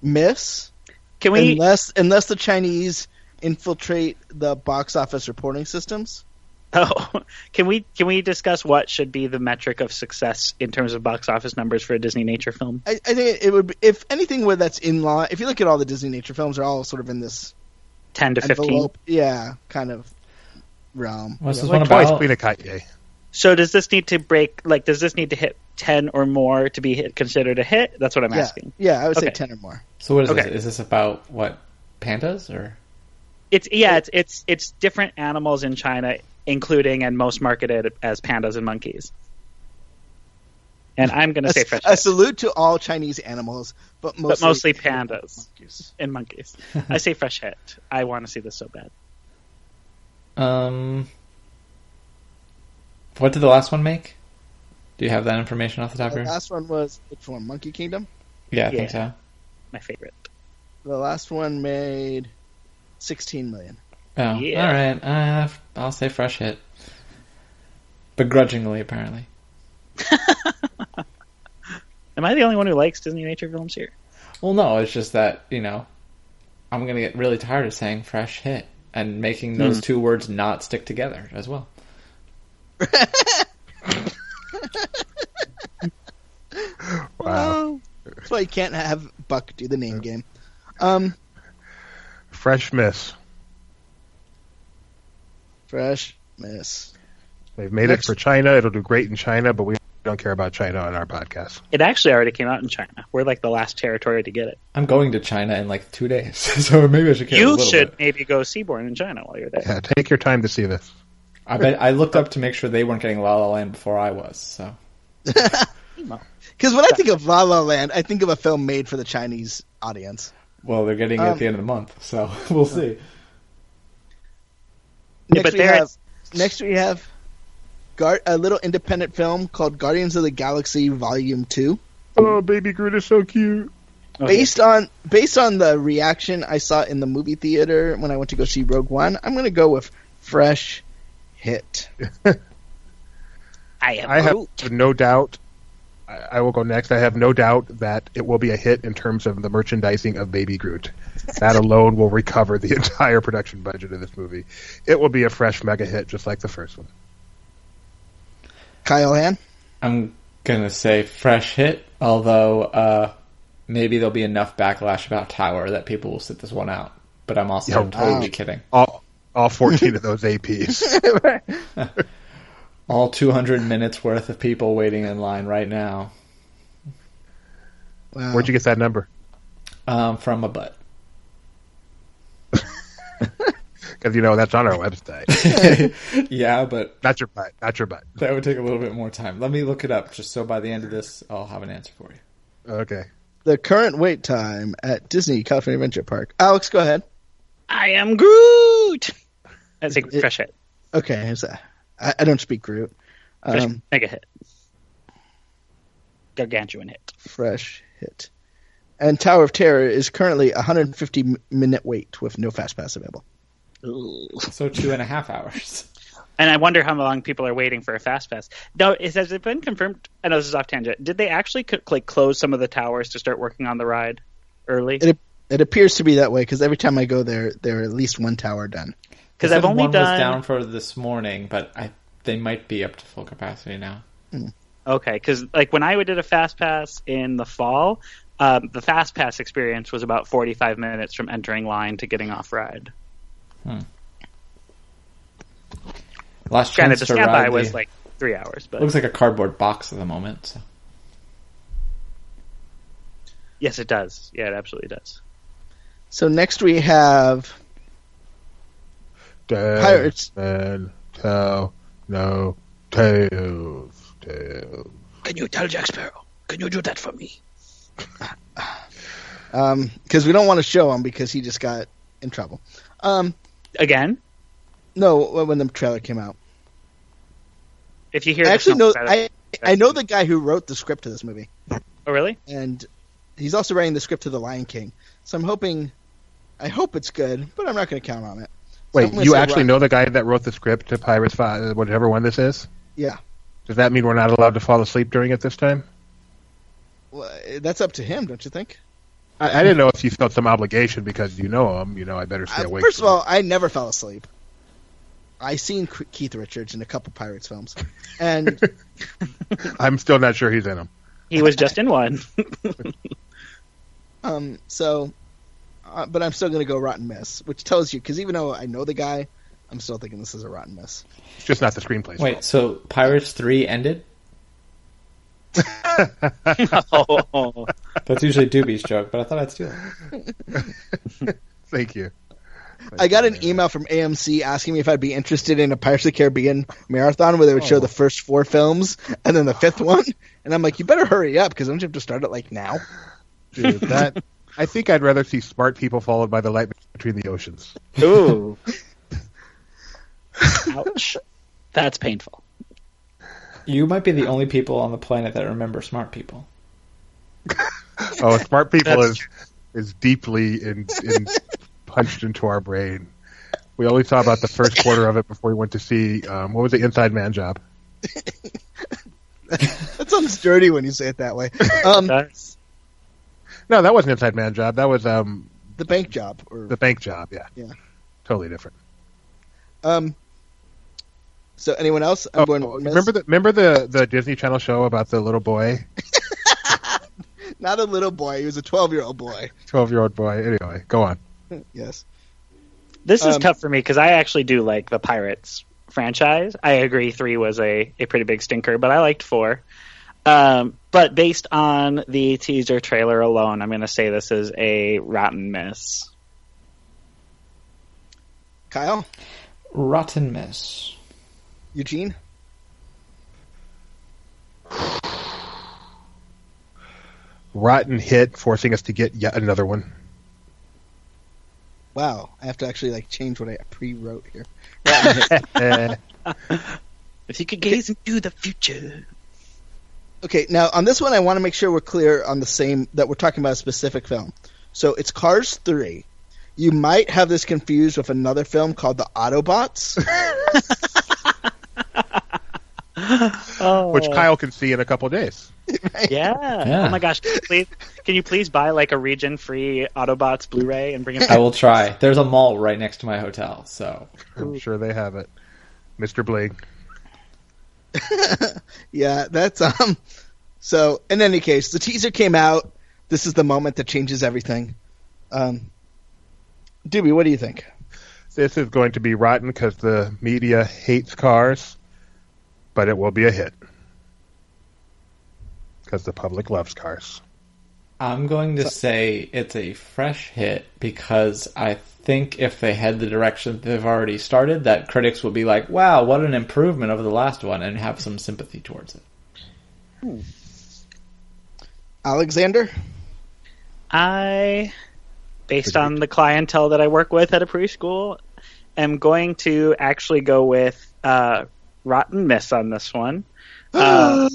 S2: miss
S4: Can we?
S2: unless unless the Chinese infiltrate the box office reporting systems.
S4: Oh, can we? Can we discuss what should be the metric of success in terms of box office numbers for a Disney nature film?
S2: I, I think it would be, if anything where that's in law. If you look at all the Disney Nature films, are all sort of in this
S4: Ten to fifteen.
S2: envelope, yeah, kind of realm.
S3: what's
S2: Yeah.
S3: this one
S1: Like twice,
S3: about?
S1: Queen of Kanye.
S4: So does this need to break? Like, does this need to hit ten or more to be hit, considered a hit? That's what I'm
S2: yeah,
S4: asking.
S2: yeah, I would say
S4: Okay.
S2: ten or more.
S3: So what is
S4: Okay.
S3: this? Is this about what pandas or
S4: it's yeah, it's it's it's different animals in China, including and most marketed as pandas and monkeys. And I'm going to
S2: A,
S4: say fresh,
S2: a salute to all Chinese animals, but mostly,
S4: but mostly pandas and monkeys. I say fresh hit. I want to see this so bad.
S3: Um, what did the last one make? Do you have that information off the top of
S2: The
S3: your?
S2: last one was which one? Monkey Kingdom.
S3: Yeah, I think so.
S4: Uh, Yeah. My favorite.
S2: The last one made sixteen million.
S3: Oh,
S4: Yeah.
S3: all right. Uh, I'll say fresh hit, begrudgingly apparently.
S4: Am I the only one who likes Disney nature films here?
S3: Well, no, it's just that you know, I'm gonna get really tired of saying fresh hit and
S4: Hmm.
S3: making those two words not stick together as well.
S1: Wow.
S2: That's why you can't have Buck do the name game. Um,
S1: Fresh miss.
S2: fresh miss.
S1: They've made
S2: Next.
S1: it for China. It'll do great in China, but we don't care about China on our podcast.
S4: It actually already came out in China. We're like the last territory to get it.
S3: I'm going to China in like two days, so maybe I should care a
S4: you
S3: little
S4: should
S3: bit.
S4: maybe go seaborn in China while you're there.
S1: Yeah, take your time to see this.
S3: I bet I looked up to make sure they weren't getting La La Land before I was. So
S2: Because when I think of La La Land, I think of a film made for the Chinese audience.
S3: well, they're getting it at
S2: Um,
S3: the end of the month, so we'll see.
S4: Yeah, but
S2: we
S4: there
S2: have,
S4: it's-
S2: next we have Gar- a little independent film called Guardians of the Galaxy Volume Two,
S1: Oh, baby Groot is so cute.
S3: Oh,
S2: based on based on the reaction I saw in the movie theater when I went to go see Rogue One. I'm going to go with fresh hit.
S4: I am
S1: I have
S4: Groot.
S1: no doubt. I, I will go next. I have no doubt that it will be a hit in terms of the merchandising of Baby Groot. That alone will recover the entire production budget of this movie. It will be a fresh mega hit, just like the first one.
S2: Kyle Han.
S3: I'm gonna say fresh hit, although uh, maybe there'll be enough backlash about Tower that people will sit this one out. But I'm also
S1: Yeah,
S3: totally
S2: wow.
S3: kidding.
S1: All, all 14 of those APs.
S3: All 200 minutes worth of people waiting in line right now
S2: Wow.
S1: Where'd you get that number?
S3: um, from a butt.
S1: Because, you know, that's on our website.
S3: yeah, but
S1: not your butt. Not your butt.
S3: that would take a little bit more time. Let me look it up just so by the end of this, I'll have an answer for you.
S1: Okay.
S2: the current wait time at Disney California Adventure Park. Alex, go ahead.
S4: I am Groot. I think
S2: It-
S4: fresh hit.
S2: Okay, it's a- I, I don't speak Groot.
S4: Fresh
S2: Um,
S4: mega hit. Gargantuan hit.
S2: fresh hit. And Tower of Terror is currently a 150 m- minute wait with no fast pass available.
S4: Ooh.
S3: So two and a half hours.
S4: And I wonder how long people are waiting for a fast pass. Now, is, has it been confirmed? I know this is off tangent. Did they actually co- like close some of the towers to start working on the ride early?
S2: It it appears to be that way because every time I go there, there are at least one tower done.
S4: Because I've
S3: Said
S4: only
S3: one
S4: done
S3: was down for this morning, but I they might be up to full capacity now.
S4: Okay, because like when I did a fast pass in the fall, um, the fast pass experience was about forty-five minutes from entering line to getting off ride.
S3: Last
S4: Granted,
S3: chance
S4: the
S3: to ride
S4: standby
S3: the-
S4: was like three hours, but
S3: looks like a cardboard box at the moment. So.
S4: yes, it does. Yeah, it absolutely does.
S2: So next we have Pirates.
S1: And tell no tales. Tales.
S4: Can you tell Jack Sparrow? Can you do that for me?
S2: because Um, we don't want to show him because he just got in trouble. Um,
S4: Again,
S2: no, when the trailer came out,
S4: if you hear,
S2: I
S4: the
S2: actually
S4: sound
S2: know
S4: of that-
S2: I I know the guy who wrote the script to this movie.
S4: Oh, really?
S2: and he's also writing the script to The Lion King. So I'm hoping, I hope it's good, but I'm not going to count on it. So I'm
S1: Wait,
S2: gonna
S1: you
S2: say
S1: actually
S2: Rock-
S1: know the guy that wrote the script to Pirates 5, whatever one this is?
S2: Yeah,
S1: Does that mean we're not allowed to fall asleep during it this time?
S2: well, that's up to him, don't you think?
S1: I, I didn't know if you felt some obligation because you know him. You know, I better stay
S2: Uh,
S1: awake.
S2: first of all, I never fell asleep. I seen K- Keith Richards in a couple Pirates films, and
S1: I'm still not sure he's in him.
S4: He was just in one.
S2: um, so, uh, but I'm still going to go Rotten Miss, which tells you because even though I know the guy, I'm still thinking this is a Rotten Miss.
S1: It's just not the screenplay.
S3: Wait, so Pirates three ended?
S4: oh,
S3: That's usually Doobie's joke, but I thought I'd steal it.
S1: Thank you.
S2: I got an email from AMC asking me if I'd be interested in a Pirates of the Caribbean marathon where they would show
S1: Oh.
S2: the first four films and then the fifth one. And I'm like, you better hurry up because I'm just have to start it like now.
S1: Dude, that I think I'd rather see smart people followed by the light between the oceans.
S4: Ooh. Ouch. That's painful.
S3: You might be the only people on the planet that remember smart people.
S1: Oh, smart people
S4: That's
S1: is is deeply in, in punched into our brain. We only saw about the first quarter of it before we went to see um, what was the Inside Man Job.
S2: That sounds dirty when you say it that way. Um,
S4: That's
S1: No, that wasn't Inside Man Job. That was um,
S2: the bank job. Or,
S1: the Bank Job. Yeah,
S2: Yeah.
S1: totally different.
S2: um, so anyone else? I'm
S1: Oh,
S2: going.
S1: Remember the remember the the Disney Channel show about the little boy,
S2: Not a little boy. He was a 12 year old boy.
S1: twelve year old boy. Anyway, go on.
S2: Yes.
S4: this is
S2: Um,
S4: tough for me because I actually do like the Pirates franchise. I agree three was a, a pretty big stinker, but I liked four. Um, but based on the teaser trailer alone, I'm going to say this is a rotten miss.
S2: Kyle,
S3: Rotten miss.
S2: Eugene.
S1: Rotten hit, forcing us to get yet another one.
S2: Wow, I have to actually like change what I pre-wrote here.
S1: Eh,
S4: If you could gaze into the future.
S2: Okay, now on this one, I want to make sure we're clear on the same that we're talking about a specific film. So it's Cars Three. You might have this confused with another film called The Autobots.
S4: Oh,
S1: which Kyle can see in a couple days.
S4: Yeah.
S3: Yeah.
S4: Oh my gosh. Can you please, can you please buy like a region free Autobots Blu ray and bring it
S3: I
S4: back?
S3: will try. There's a mall right next to my hotel, so
S1: I'm sure they have it. Mr. Bling.
S2: yeah, that's um. So in any case, the teaser came out. This is the moment that changes everything. Um, Doobie, what do you think?
S1: This is going to be rotten because the media hates cars, but it will be a hit because the public loves cars.
S3: I'm going to say it's a fresh hit because I think if they head the direction that they've already started, that critics will be like, "Wow, what an improvement over the last one," and have some sympathy towards it.
S2: Alexander,
S4: I, based on the clientele that I work with at a preschool, am going to actually go with uh, Rotten Miss on this one. Uh,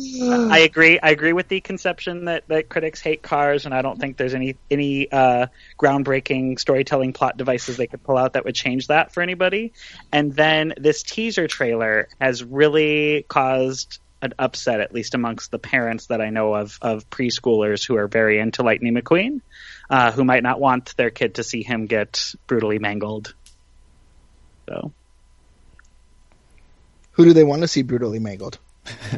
S4: I agree. I agree with the conception that, that critics hate cars, and I don't think there's any any uh, groundbreaking storytelling plot devices they could pull out that would change that for anybody. And then this teaser trailer has really caused an upset, at least amongst the parents that I know of of preschoolers who are very into Lightning McQueen, uh, who might not want their kid to see him get brutally mangled. So
S2: who do they want to see brutally mangled?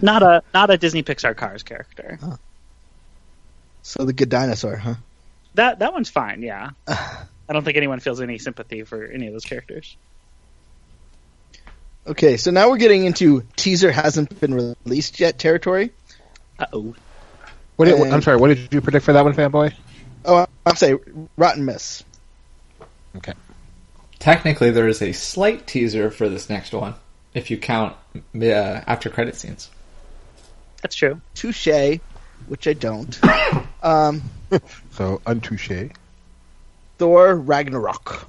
S4: not a not a Disney Pixar Cars character.
S2: So the good dinosaur, huh?
S4: That that one's fine, yeah. I don't think anyone feels any sympathy for any of those characters.
S2: Okay, so now we're getting into teaser hasn't been released yet territory.
S4: Uh oh.
S1: What did,
S2: And-
S1: I'm sorry, what did you predict for that one, fanboy?
S2: Oh, I'll say rotten miss.
S1: Okay.
S3: Technically, there is a slight teaser for this next one if you count uh, after credit scenes.
S4: That's true.
S2: Touche, which I don't. um,
S1: So, untouché.
S2: Thor Ragnarok,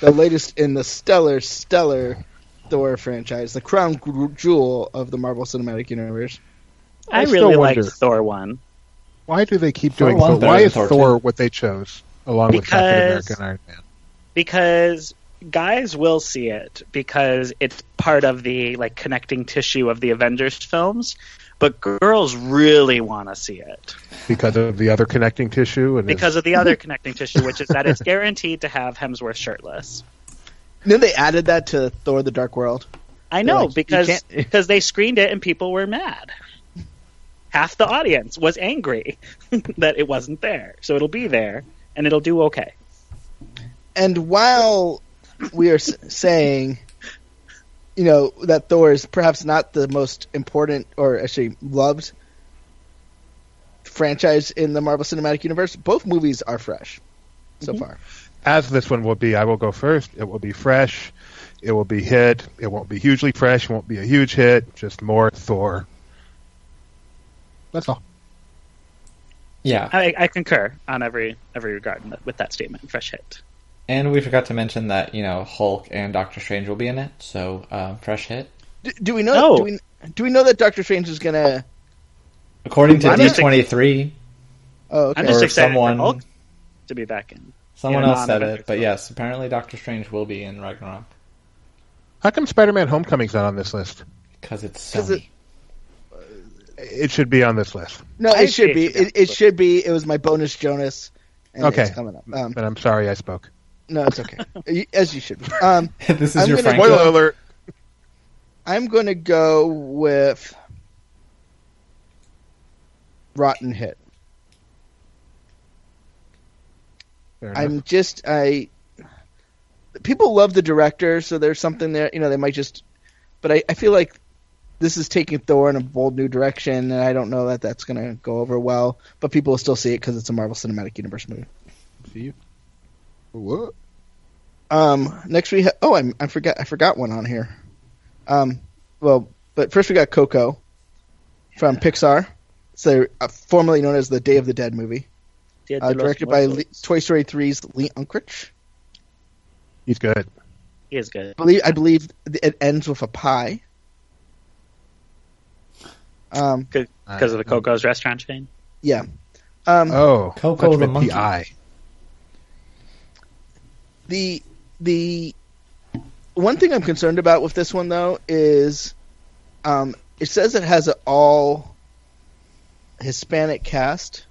S2: the latest in the stellar, stellar Thor franchise, the crown gr- jewel of the Marvel Cinematic Universe.
S4: I,
S1: I still
S4: really like
S1: wonder.
S4: Thor one.
S1: Why do they keep
S3: Thor
S1: doing
S3: one
S1: Thor?
S3: better
S1: Why
S3: than
S1: is
S3: Thor
S1: Thor,
S3: two.
S1: what they chose along with Captain
S4: Because-
S1: America and Iron Man?
S4: because guys will see it because it's part of the like connecting tissue of the Avengers films, but girls really want to see it
S1: Because of the other connecting tissue? And
S4: because of the other connecting tissue, which is that it's guaranteed to have Hemsworth shirtless.
S2: Then they added that to Thor: The Dark World.
S4: I know
S2: like, you
S4: because
S2: can't-
S4: because they screened it and people were mad. Half the audience was angry that it wasn't there, so it'll be there and it'll do okay.
S2: And while we are s- saying, you know, that Thor is perhaps not the most important or actually loved franchise in the Marvel Cinematic Universe, both movies are fresh so far.
S1: as this one will be, I will go first. It will be fresh. It will be hit. It won't be hugely fresh. It won't be a huge hit. Just more Thor. That's all.
S3: Yeah,
S4: I, I concur on every every regard in that- with that statement. Fresh hit.
S3: and we forgot to mention that you know Hulk and Doctor Strange will be in it, so um, fresh hit.
S2: Do, do we know?
S4: No.
S2: Do, we, do we know that Doctor Strange is gonna?
S3: According to
S4: I'm
S3: D
S4: just-
S3: twenty three,
S2: Oh, okay.
S4: I'm just
S3: Or
S4: excited
S3: someone-
S4: for Hulk to be back in.
S3: someone
S4: Yeah,
S3: else said
S4: non-Avengers
S3: it, but yes, apparently Doctor Strange will be in Ragnarok
S1: How come Spider-Man: Homecoming's not on this list?
S3: because it's
S2: 'Cause
S3: Sony.
S2: it-
S1: It should be on this list.
S2: no,
S4: I
S2: it should be.
S4: appreciate
S2: It, it should be. It was my bonus Jonas. And
S1: Okay.
S2: It's coming up. Um,
S1: But I'm sorry I spoke.
S2: no, it's okay. You- As you should. Be. Um,
S3: this is
S2: I'm
S3: your
S2: gonna-
S3: Franco.
S2: Spoiler
S1: alert.
S2: I'm gonna go with Rotten Hit.
S1: Uh-huh.
S2: I'm just I people love the director, so there's something there. You know, they might just, but I, I feel like this is taking Thor in a bold new direction, and I don't know that that's going to go over well. But people will still see it because it's a Marvel Cinematic Universe movie.
S1: What?
S2: Um, next we ha- oh I, I forgot I forgot one on here. Um, well, but first we got Coco from Pixar, so uh, formerly known as the Day of the Dead movie,
S4: Dia de
S2: uh,
S4: los
S2: directed by Le-
S4: Muertos.
S2: Toy Story 3's Lee Unkrich.
S1: He's good.
S4: He is good.
S2: believe I believe th- it ends with a pie. Um,
S1: Uh,
S4: Because of the Coco's restaurant chain.
S2: yeah. Um,
S1: Oh,
S3: Coco
S1: that's
S3: the
S1: with
S3: monkey.
S1: PI.
S2: the the one thing I'm concerned about with this one though is um, it says it has an all Hispanic cast.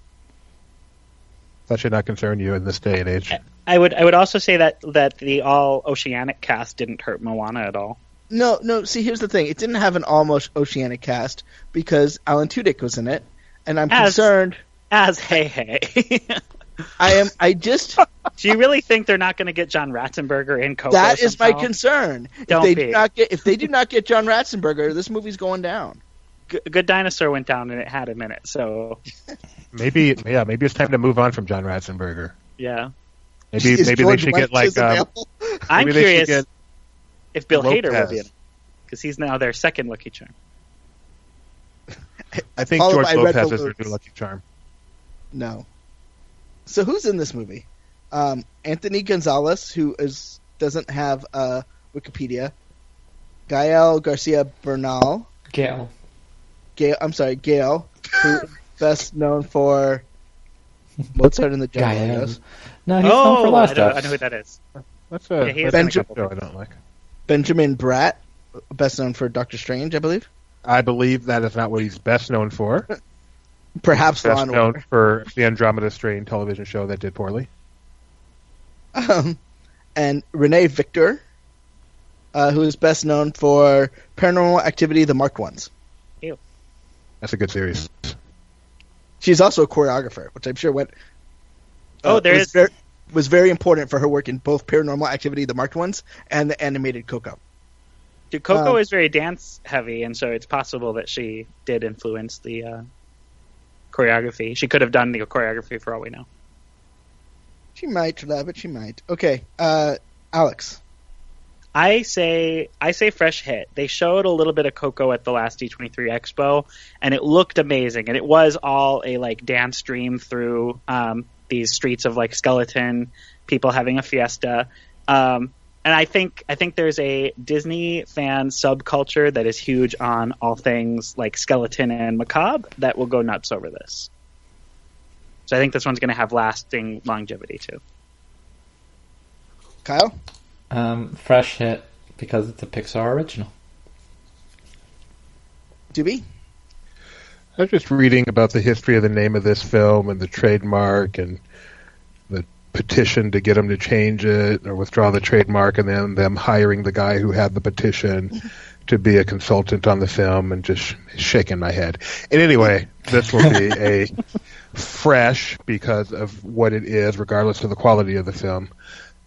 S1: That should not concern you in this day and age.
S4: I would I would also say that that the all oceanic cast didn't hurt Moana at all.
S2: No, no. See, here's the thing: it didn't have an almost Oceanic cast because Alan Tudyk was in it, and I'm
S4: As-
S2: concerned.
S4: As hey hey.
S2: I am. I just
S4: Do you really think they're not going to get John Ratzenberger in Coco?
S2: That is my
S4: somehow?
S2: concern.
S4: Don't
S2: if they
S4: be.
S2: do not get if they do not get John Ratzenberger, this movie's going down.
S4: G- Good Dinosaur went down and it had him in it. So
S1: Maybe, yeah, maybe it's time to move on from John Ratzenberger.
S4: yeah,
S1: Maybe,
S2: Is
S1: maybe
S2: George
S1: they should
S2: Wentz's
S1: get like um,
S2: available?
S4: I'm
S1: maybe they should
S4: curious
S1: get
S4: if Bill Hader will
S1: Lopez.
S4: be in it because he's now their second Lucky Charm.
S1: I think
S2: Followed
S1: George
S2: by Red
S1: Lopez is their
S2: Balloons.
S1: new Lucky Charm.
S2: no. So who's in this movie? Um, Anthony Gonzalez, who is doesn't have uh, Wikipedia. Gael Garcia Bernal.
S3: Gail.
S2: Gail, I'm sorry, Gail, who best known for Mozart and the
S3: Gael.
S2: Juggalos.
S3: No, he's known for
S4: Oh, I
S3: Last
S4: know, I
S3: Us.
S4: know who that is.
S1: That's a
S4: Yeah, he is
S1: that's
S2: in a
S1: a show I don't like.
S2: Benjamin Bratt, best known for Doctor Strange, I believe.
S1: I believe that is not what he's best known for.
S2: Perhaps Law
S1: best
S2: and
S1: known
S2: Order.
S1: for the Andromeda Strain television show that did poorly.
S2: um, and Renee Victor, uh, who is best known for Paranormal Activity: The Marked Ones.
S1: That's a good series.
S2: She's also a choreographer, which I'm sure went. uh,
S4: Oh, there
S2: was
S4: is-
S2: ver- was very important for her work in both Paranormal Activity: The Marked Ones and the animated Coco.
S4: Dude, Coco
S2: Um,
S4: is very dance heavy, and so it's possible that she did influence the uh, choreography. She could have done the choreography for all we know.
S2: She might love it. She might. Okay, uh, Alex.
S4: I say I say fresh hit. They showed a little bit of Coco at the last D23 Expo, and it looked amazing. And it was all a like dance dream through um, these streets of like skeleton people having a fiesta. Um, and I think I think there's a Disney fan subculture that is huge on all things like skeleton and macabre that will go nuts over this. So I think this one's going to have lasting longevity too.
S2: Kyle.
S3: Um, fresh hit because it's a Pixar original.
S2: Doobie.
S1: I was just reading about the history of the name of this film and the trademark and the petition to get him to change it or withdraw the trademark, and then them hiring the guy who had the petition to be a consultant on the film, and just shaking my head. And anyway, this will be a fresh because of what it is, regardless of the quality of the film,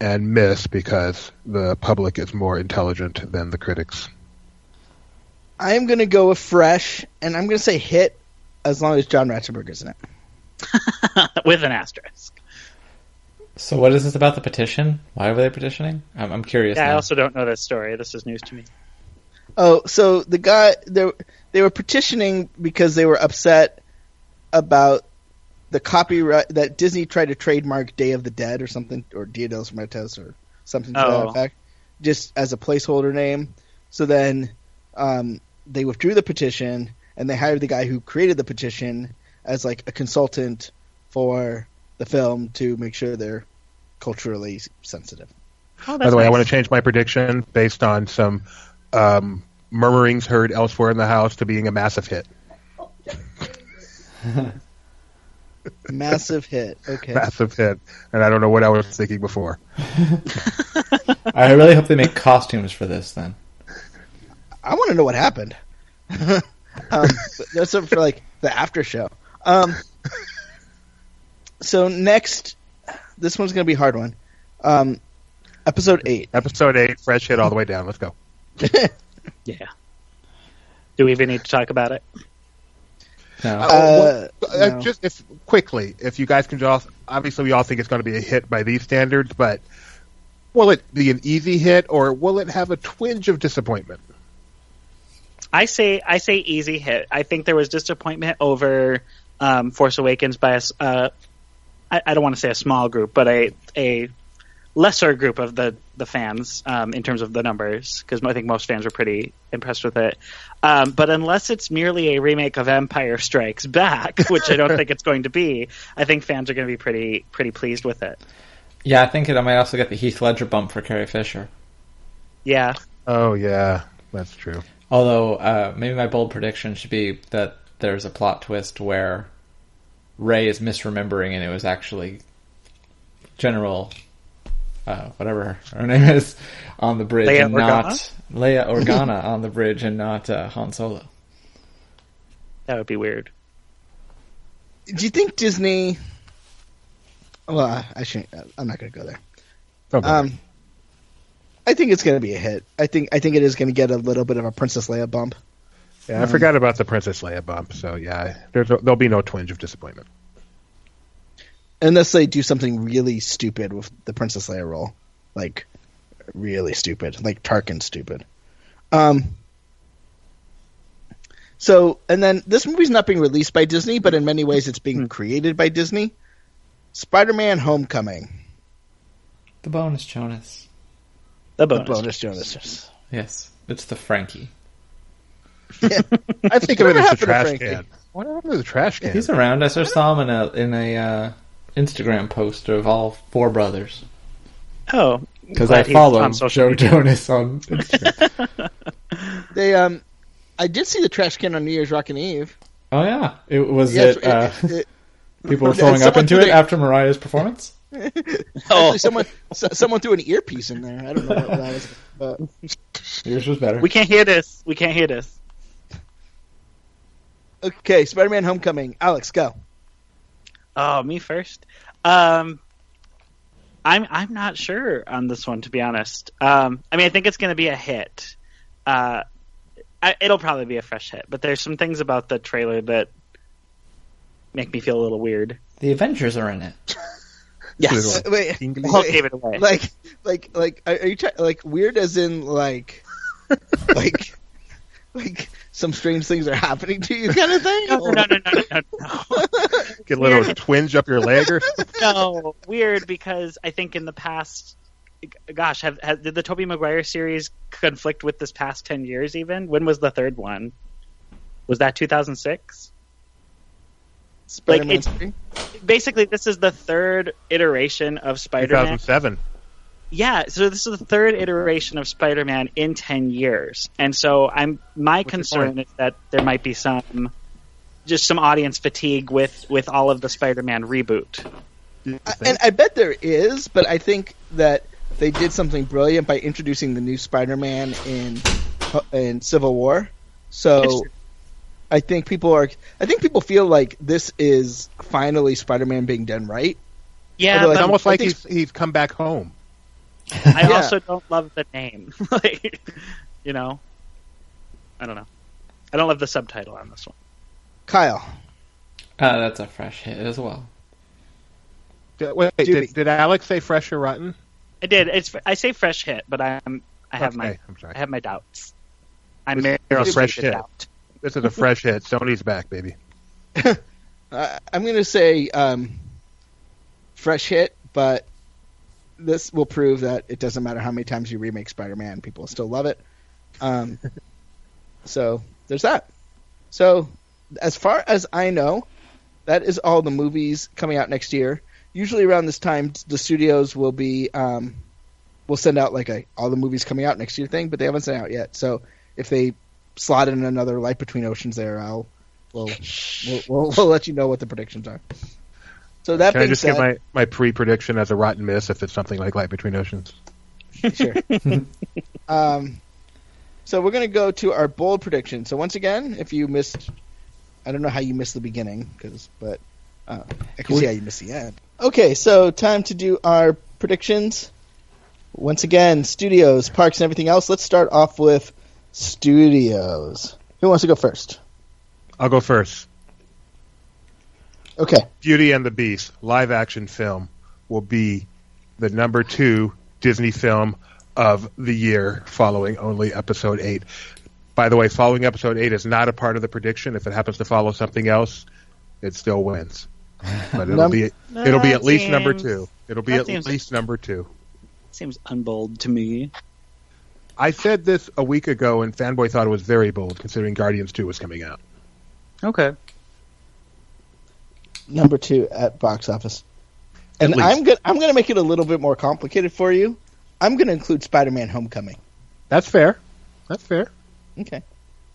S1: and miss because the public is more intelligent than the critics.
S2: I am going to go with Fresh, and I'm going to say Hit, as long as John Ratzenberger's in it.
S4: With an asterisk.
S3: So what is this about the petition? Why were they petitioning? I'm, I'm curious.
S4: Yeah, I
S3: now.
S4: also don't know that story. This is news to me.
S2: Oh, so the guy they they were petitioning because they were upset about the copyright that Disney tried to trademark Day of the Dead or something or Dia de los Muertos or something to that
S4: Oh.
S2: effect, just as a placeholder name. So then um, they withdrew the petition and they hired the guy who created the petition as like a consultant for the film to make sure they're culturally sensitive.
S4: Oh,
S1: By the way, I want to change my prediction based on some um, murmurings heard elsewhere in the house to being a massive hit.
S2: Massive hit. Okay.
S1: Massive hit. And I don't know what I was thinking before.
S3: I really hope they make costumes for this then.
S2: I want to know what happened. um, but that's up for like the after show. Um, so next, this one's gonna be a hard one. Um, episode eight.
S1: Episode 8, fresh hit all the way down. Let's go.
S4: Yeah. Do we even need to talk about it?
S3: No.
S4: Oh.
S2: Uh,
S1: Well, uh,
S2: no.
S1: Just if quickly, if you guys can just obviously we all think it's going to be a hit by these standards, but will it be an easy hit or will it have a twinge of disappointment?
S4: I say I say easy hit. I think there was disappointment over um, Force Awakens by a s Uh, I, I don't want to say a small group, but a a lesser group of the the fans um, in terms of the numbers, because I think most fans were pretty impressed with it. Um, but unless it's merely a remake of Empire Strikes Back, which I don't think it's going to be, I think fans are going to be pretty pretty pleased with it.
S3: yeah, I think it, I might also get the Heath Ledger bump for Carrie Fisher.
S4: Yeah,
S1: Oh yeah, that's true.
S3: Although uh, maybe my bold prediction should be that there's a plot twist where Ray is misremembering and it was actually General uh, whatever her name is on the bridge
S4: Leia
S3: and
S4: Organa?
S3: not Leia Organa on the bridge and not uh, Han Solo.
S4: that would be weird.
S2: do you think Disney? Well, I- I shouldn't. I'm not gonna go there.
S1: Don't worry.
S2: Um, I think it's gonna be a hit. I think I think it is gonna get a little bit of a Princess Leia bump.
S1: yeah, I forgot about the Princess Leia bump. So yeah, there's there'll be no twinge of disappointment.
S2: unless they do something really stupid with the Princess Leia role, like really stupid, like Tarkin stupid. Um. So, and then this movie's not being released by Disney, but in many ways it's being created by Disney. Spider-Man: Homecoming,
S3: The bonus Jonas.
S4: The
S2: the
S4: bonus.
S2: bonus Jonas.
S3: Yes, it's the Frankie.
S2: I think
S1: Think of it as
S2: whatever
S1: a
S2: happened to
S1: trash
S2: Frankie?
S1: can. What happened to the trash can?
S3: He's around. I just saw him in a in a uh, Instagram post of all four brothers
S4: Oh,
S3: because I
S4: glad he's
S3: follow
S4: on social
S3: Joe Jonas on Instagram.
S2: They um, I did see the trash can on New Year's Rockin' Eve.
S3: oh yeah, it was
S2: Yes,
S3: it. Uh,
S2: it- it-
S3: people were
S2: Yeah,
S3: throwing up
S2: someone
S3: into
S2: threw
S3: it
S2: their-
S3: after Mariah's performance.
S2: actually, someone so, someone threw an earpiece in there. I don't know what that was. But
S3: Yours was better.
S4: we can't hear this. We can't hear this.
S2: okay, Spider-Man: Homecoming. Alex, go.
S4: Oh, me first. Um, I'm I'm not sure on this one to be honest. Um, I mean, I think it's going to be a hit. Uh, I, it'll probably be a fresh hit, but there's some things about the trailer that make me feel a little weird.
S3: the Avengers are in it.
S1: Yes.
S2: Uh, Wait,
S1: Tingly.
S4: Hulk gave it away.
S2: like, like, like, are are you try- like weird as in like, like, like some strange things are happening to you kind of thing?
S4: no, no, no, no, no, no, no.
S1: Get a little twinge up your leg or something.
S4: no, weird because I think in the past, g- gosh, have, has did the Toby Maguire series conflict with this past ten years? Even when was the third one? Was that 2006? Like
S2: Spider-Man
S4: it's
S2: three?
S4: basically this is the third iteration of Spider-Man.
S1: 2007.
S4: Yeah, so this is the third iteration of Spider-Man in 10 years. And so I'm my
S1: your
S4: concern is that there might be some just some audience fatigue with with all of the Spider-Man reboot.
S1: You
S2: I-
S1: think?
S2: and I bet there is, but I think that they did something brilliant by introducing the new Spider-Man in in Civil War.
S4: It's
S2: So
S4: true.
S2: I think people are. I think people feel like this is finally Spider-Man being done right.
S4: Yeah,
S2: Although I
S1: it's
S4: but
S1: almost
S2: I
S1: like
S2: think-
S1: he's, he's come back home.
S4: I
S2: yeah.
S4: also don't love the name. like, you know. I don't know. I don't love the subtitle on this one.
S2: Kyle,
S3: Uh, that's a fresh hit as well.
S1: Did- Wait,
S2: Doobie.
S1: did, did Alex say fresh or rotten?
S4: I did. It's I say fresh hit, but I'm I have my
S1: Okay, I'm sorry.
S4: I have my doubts. I'm
S1: This-
S4: Meryl
S1: this is
S4: Streep
S1: fresh
S4: with
S1: hit.
S4: doubt.
S1: This is a fresh hit. Sony's back, baby.
S2: Uh, I'm going to say um, fresh hit, but this will prove that it doesn't matter how many times you remake Spider-Man, people still love it. Um, so there's that. So as far as I know, that is all the movies coming out next year. Usually around this time, the studios will be um, will send out like a all the movies coming out next year thing, but they haven't sent out yet. So if they slot in another Light Between Oceans, there, I'll we'll we'll, we'll, we'll let you know what the predictions are. So that
S1: Can I
S2: being
S1: just
S2: said,
S1: give my, my pre prediction as a rotten miss if it's something like Light Between Oceans?
S2: Sure. um, so we're going to go to our bold prediction. So once again, if you missed, I don't know how you missed the beginning, cause, but uh, I can see how you missed the end. Okay, so time to do our predictions. Once again, studios, parks, and everything else. Let's start off with studios. Who wants to go first?
S1: I'll go first.
S2: Okay.
S1: Beauty and the Beast live action film will be the number two Disney film of the year, following only Episode Eight. By the way, following Episode Eight is not a part of the prediction. If it happens to follow something else, it still wins. But it'll
S2: Num-
S1: be it'll be at
S4: That
S1: least number
S4: seems-
S1: two. It'll be
S4: that
S1: at
S4: seems-
S1: least number two.
S4: Seems unbold to me.
S1: I said this a week ago, and Fanboy thought it was very bold, considering Guardians Two was coming out.
S4: Okay.
S2: number two at box office.
S1: At
S2: And
S1: least.
S2: I'm gonna I'm gonna make it a little bit more complicated for you. I'm gonna include Spider-Man: Homecoming.
S1: That's fair. That's fair.
S2: Okay.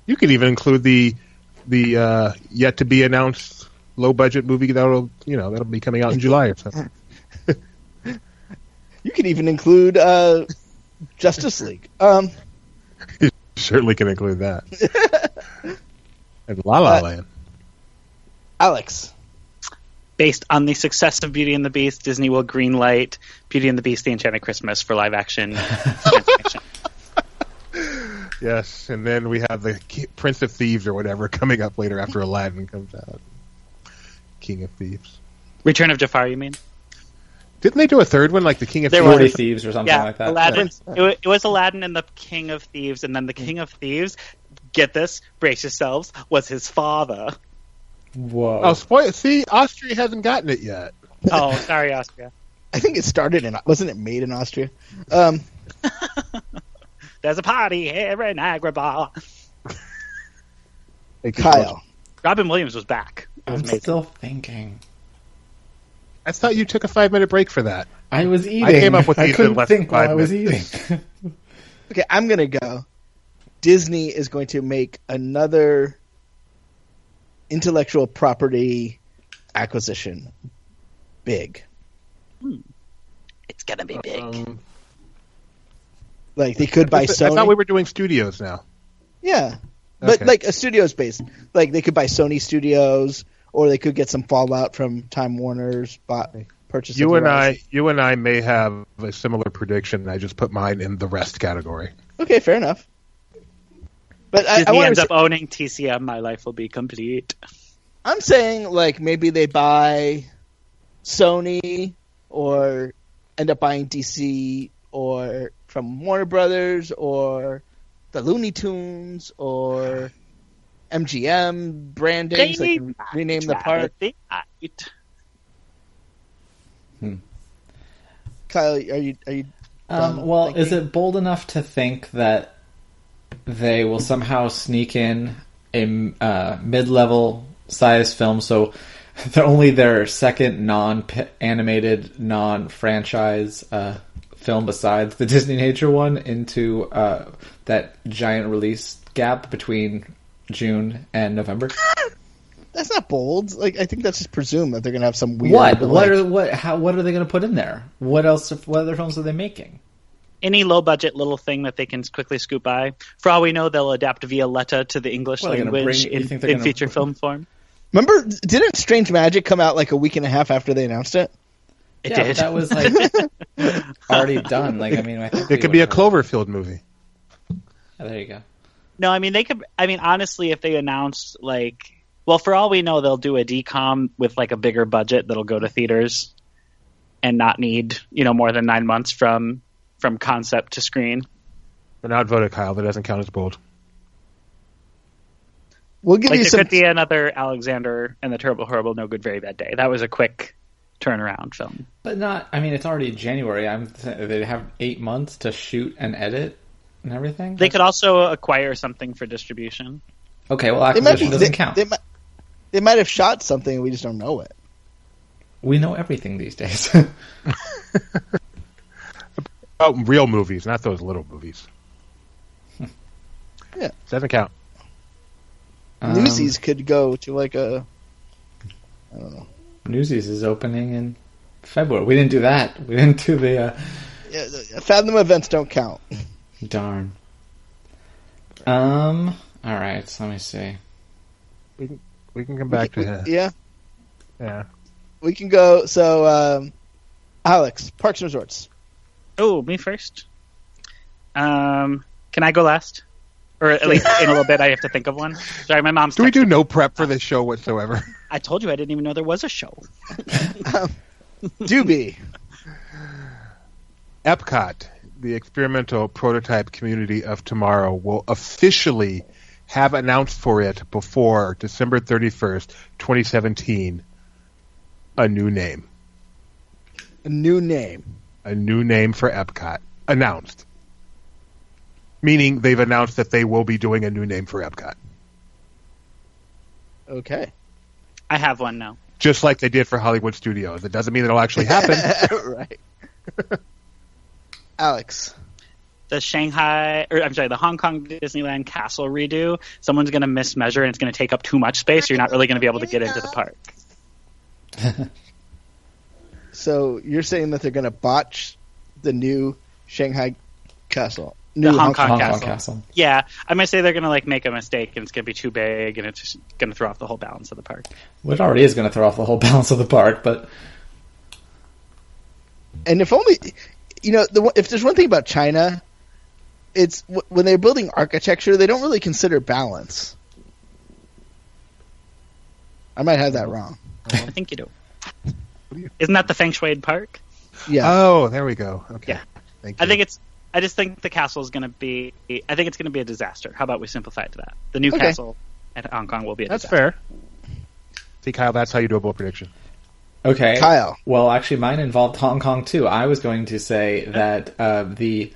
S1: You could even include the the uh, yet to be announced low budget movie that'll you know that'll be coming out in July or something.
S2: You could even include uh, Justice League. Um,
S1: Certainly can include that. and La La
S2: Uh,
S1: Land.
S2: Alex,
S4: Based on the success of Beauty and the Beast, Disney will greenlight Beauty and the Beast: The Enchanted Christmas for live action. transformation.
S1: Yes, and then we have the Ki- Prince of Thieves or whatever coming up later after Aladdin comes out. King of Thieves.
S4: Return of Jafar, you mean?
S1: Didn't they do a third one like the King of
S4: There
S1: Thieves?
S3: Forty Thieves or something
S4: yeah,
S3: like that.
S4: Aladdin. It, wa- it was Aladdin and the King of Thieves, and then
S2: Mm.
S4: the King of Thieves. Get this, brace yourselves. Was his father?
S3: Whoa.
S1: Oh, spoil- see, Austria hasn't gotten it yet.
S4: Oh, sorry, Austria.
S2: I think it started in wasn't it made in Austria? Um,
S4: There's a party here in Niagara Bar.
S1: They could-
S2: Kyle,
S4: Robin Williams was back. It was
S3: I'm
S4: amazing.
S3: still thinking.
S1: I thought you took a five minute break for that.
S3: I was eating.
S1: came up with
S3: I
S1: these in
S3: couldn't
S1: less than
S3: think while
S1: five
S3: I was eating.
S2: okay, I'm gonna go. Disney is going to make another intellectual property acquisition big.
S4: It's gonna be big.
S1: Um,
S2: Like they could buy
S1: I
S2: Sony.
S1: thought we were doing studios now.
S2: Yeah. But
S1: Okay.
S2: like a studios based. Like they could buy Sony Studios or they could get some Fallout from Time Warner's bought purchase. of
S1: you
S2: the
S1: and
S2: rights.
S1: I, you and I may have a similar prediction. I just put mine in the rest category.
S2: Okay, fair enough. But I, I
S4: Disney
S2: wanna
S4: ends
S2: say-
S4: up owning TCM. My life will be complete.
S2: I'm saying like maybe they buy Sony or end up buying DC or from Warner Brothers or the Looney Tunes or MGM branding. So they can rename the park.
S4: part.
S2: Kyle, are you are you
S3: Um,
S2: Done
S3: well,
S2: thinking.
S3: is it bold enough to think that they will somehow sneak in a uh, mid-level size film? So they're only their second non-animated, non-franchise uh, film besides the Disney Nature one into uh, that giant release gap between June and November.
S2: That's not bold. Like I think that's just presumed that they're gonna have some weird.
S3: what?
S2: like-
S3: What are what? How? What are they going to put in there? What else? What other films are they making?
S4: Any low budget little thing that they can quickly scoop by. For all we know, they'll adapt Violetta to the English
S3: Well, they're gonna
S4: language
S3: bring- you
S4: in,
S3: think they're
S4: in
S3: gonna-
S4: feature film form.
S2: Remember, didn't Strange Magic come out like a week and a half after they announced it?
S4: It
S3: yeah, but
S4: did.
S3: that was like already done. Like I mean, I think
S1: It
S3: we
S1: could be a
S3: would've-
S1: Cloverfield movie.
S3: Oh, there you go.
S4: No, I mean they could. I mean, honestly, if they announced like, well, for all we know, they'll do a decom with like a bigger budget that'll go to theaters, and not need you know more than nine months from from concept to screen.
S1: An outvoted Kyle that doesn't count as bold.
S2: We'll give
S4: Like
S2: you
S4: there
S2: some.
S4: could be another Alexander and the Terrible Horrible No Good Very Bad Day. That was a quick turnaround film.
S3: But not. I mean, it's already January. I'm. They have eight months to shoot and edit and everything.
S4: They could also acquire something for distribution.
S3: Okay. Well,
S2: they might
S3: acquisition
S2: be.
S3: doesn't
S2: They,
S3: count.
S2: they might. They might have shot something and we just don't know it.
S3: we know everything these days. Um,
S1: Oh, real movies, not those little movies.
S2: Yeah.
S1: Doesn't count.
S3: Um,
S2: Newsies could go to like a. I don't know.
S3: Um, Newsies is opening in February. We didn't do that. We didn't do the. Uh,
S2: Yeah, the- Fathom events don't count.
S3: darn. Um. All right. Let me see.
S1: We can come back to
S2: We-
S1: that.
S2: Yeah,
S1: Yeah.
S2: we can go. So, um, Alex, Parks and Resorts.
S4: Oh, me first. Um, can I go last? Or at least in a little bit, I have to think of one. Sorry, my mom's.
S1: Do we
S4: texting.
S1: do no prep for this show whatsoever?
S4: I told you I didn't even know there was a show.
S2: Doobie.
S1: Epcot, the experimental prototype community of tomorrow, will officially have announced for it before December 31st, 2017, a new name.
S2: a new name.
S1: A new name for Epcot. Announced. Meaning they've announced that they will be doing a new name for Epcot.
S2: Okay.
S4: I have one now.
S1: Just like they did for Hollywood Studios. It doesn't mean it'll actually happen.
S2: right. Alex.
S4: The Shanghai, or I'm sorry, the Hong Kong Disneyland castle redo. Someone's going to mismeasure and it's going to take up too much space. So you're not really going to be able to get into the park.
S2: So you're saying that they're going to botch the new Shanghai castle, new
S4: The Hong Kong
S3: Hong
S4: Castle.
S3: Kong Castle.
S4: Yeah, I might say they're going to like make a mistake and it's going to be too big and it's just going to throw off the whole balance of the park.
S3: Well, it already is going to throw off the whole balance of the park, but
S2: And if only, you know, the, one- if there's one thing about China, it's wh- when they're building architecture, they don't really consider balance. I might have that wrong.
S4: I think you do. Isn't that the Feng Shui park?
S2: Yeah.
S1: oh, there we go. Okay.
S4: Yeah.
S1: Thank you.
S4: I think it's. I just think the castle is going to be. I think it's going to be a disaster. How about we simplify it to that? The new
S2: Okay.
S4: castle at Hong Kong will be a
S1: That's
S4: disaster.
S1: fair. See, Kyle, that's how you do a bold prediction.
S3: okay.
S2: Kyle.
S3: Well, actually, mine involved Hong Kong too. I was going to say that uh, the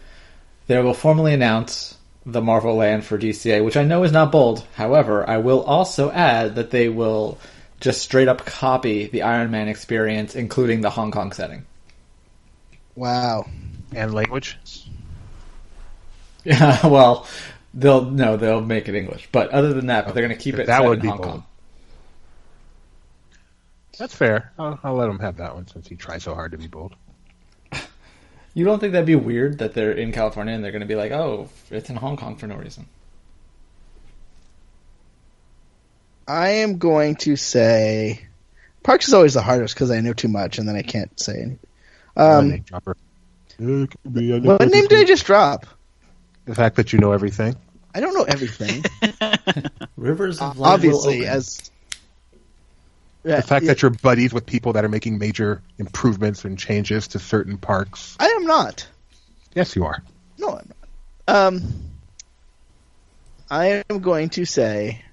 S3: they will formally announce the Marvel Land for DCA, which I know is not bold. However, I will also add that they will just straight up copy the Iron Man experience, including the Hong Kong setting.
S2: Wow.
S1: And language?
S3: Yeah, well, they'll no, they'll make it English, but other than that, they're going to keep it
S1: That
S3: set
S1: would
S3: in
S1: be
S3: Hong
S1: bold.
S3: Kong.
S1: That's fair. I'll, I'll let him have that one since he tries so hard to be bold.
S3: You don't think that'd be weird that they're in California and they're going to be like, oh, it's in Hong Kong for no reason?
S2: I am going to say Parks is always the hardest because I know too much and then I can't say anything.
S1: One
S2: Um,
S1: name dropper. It could be another
S2: what name
S1: person.
S2: did I just drop?
S1: The fact that you know everything.
S2: I don't know everything.
S3: Rivers of light
S2: Obviously,
S3: will open.
S2: as yeah,
S1: The fact
S2: yeah,
S1: that you're buddies with people that are making major improvements and changes to certain parks.
S2: I am not.
S1: Yes, you are.
S2: No, I'm not. Um, I am going to say.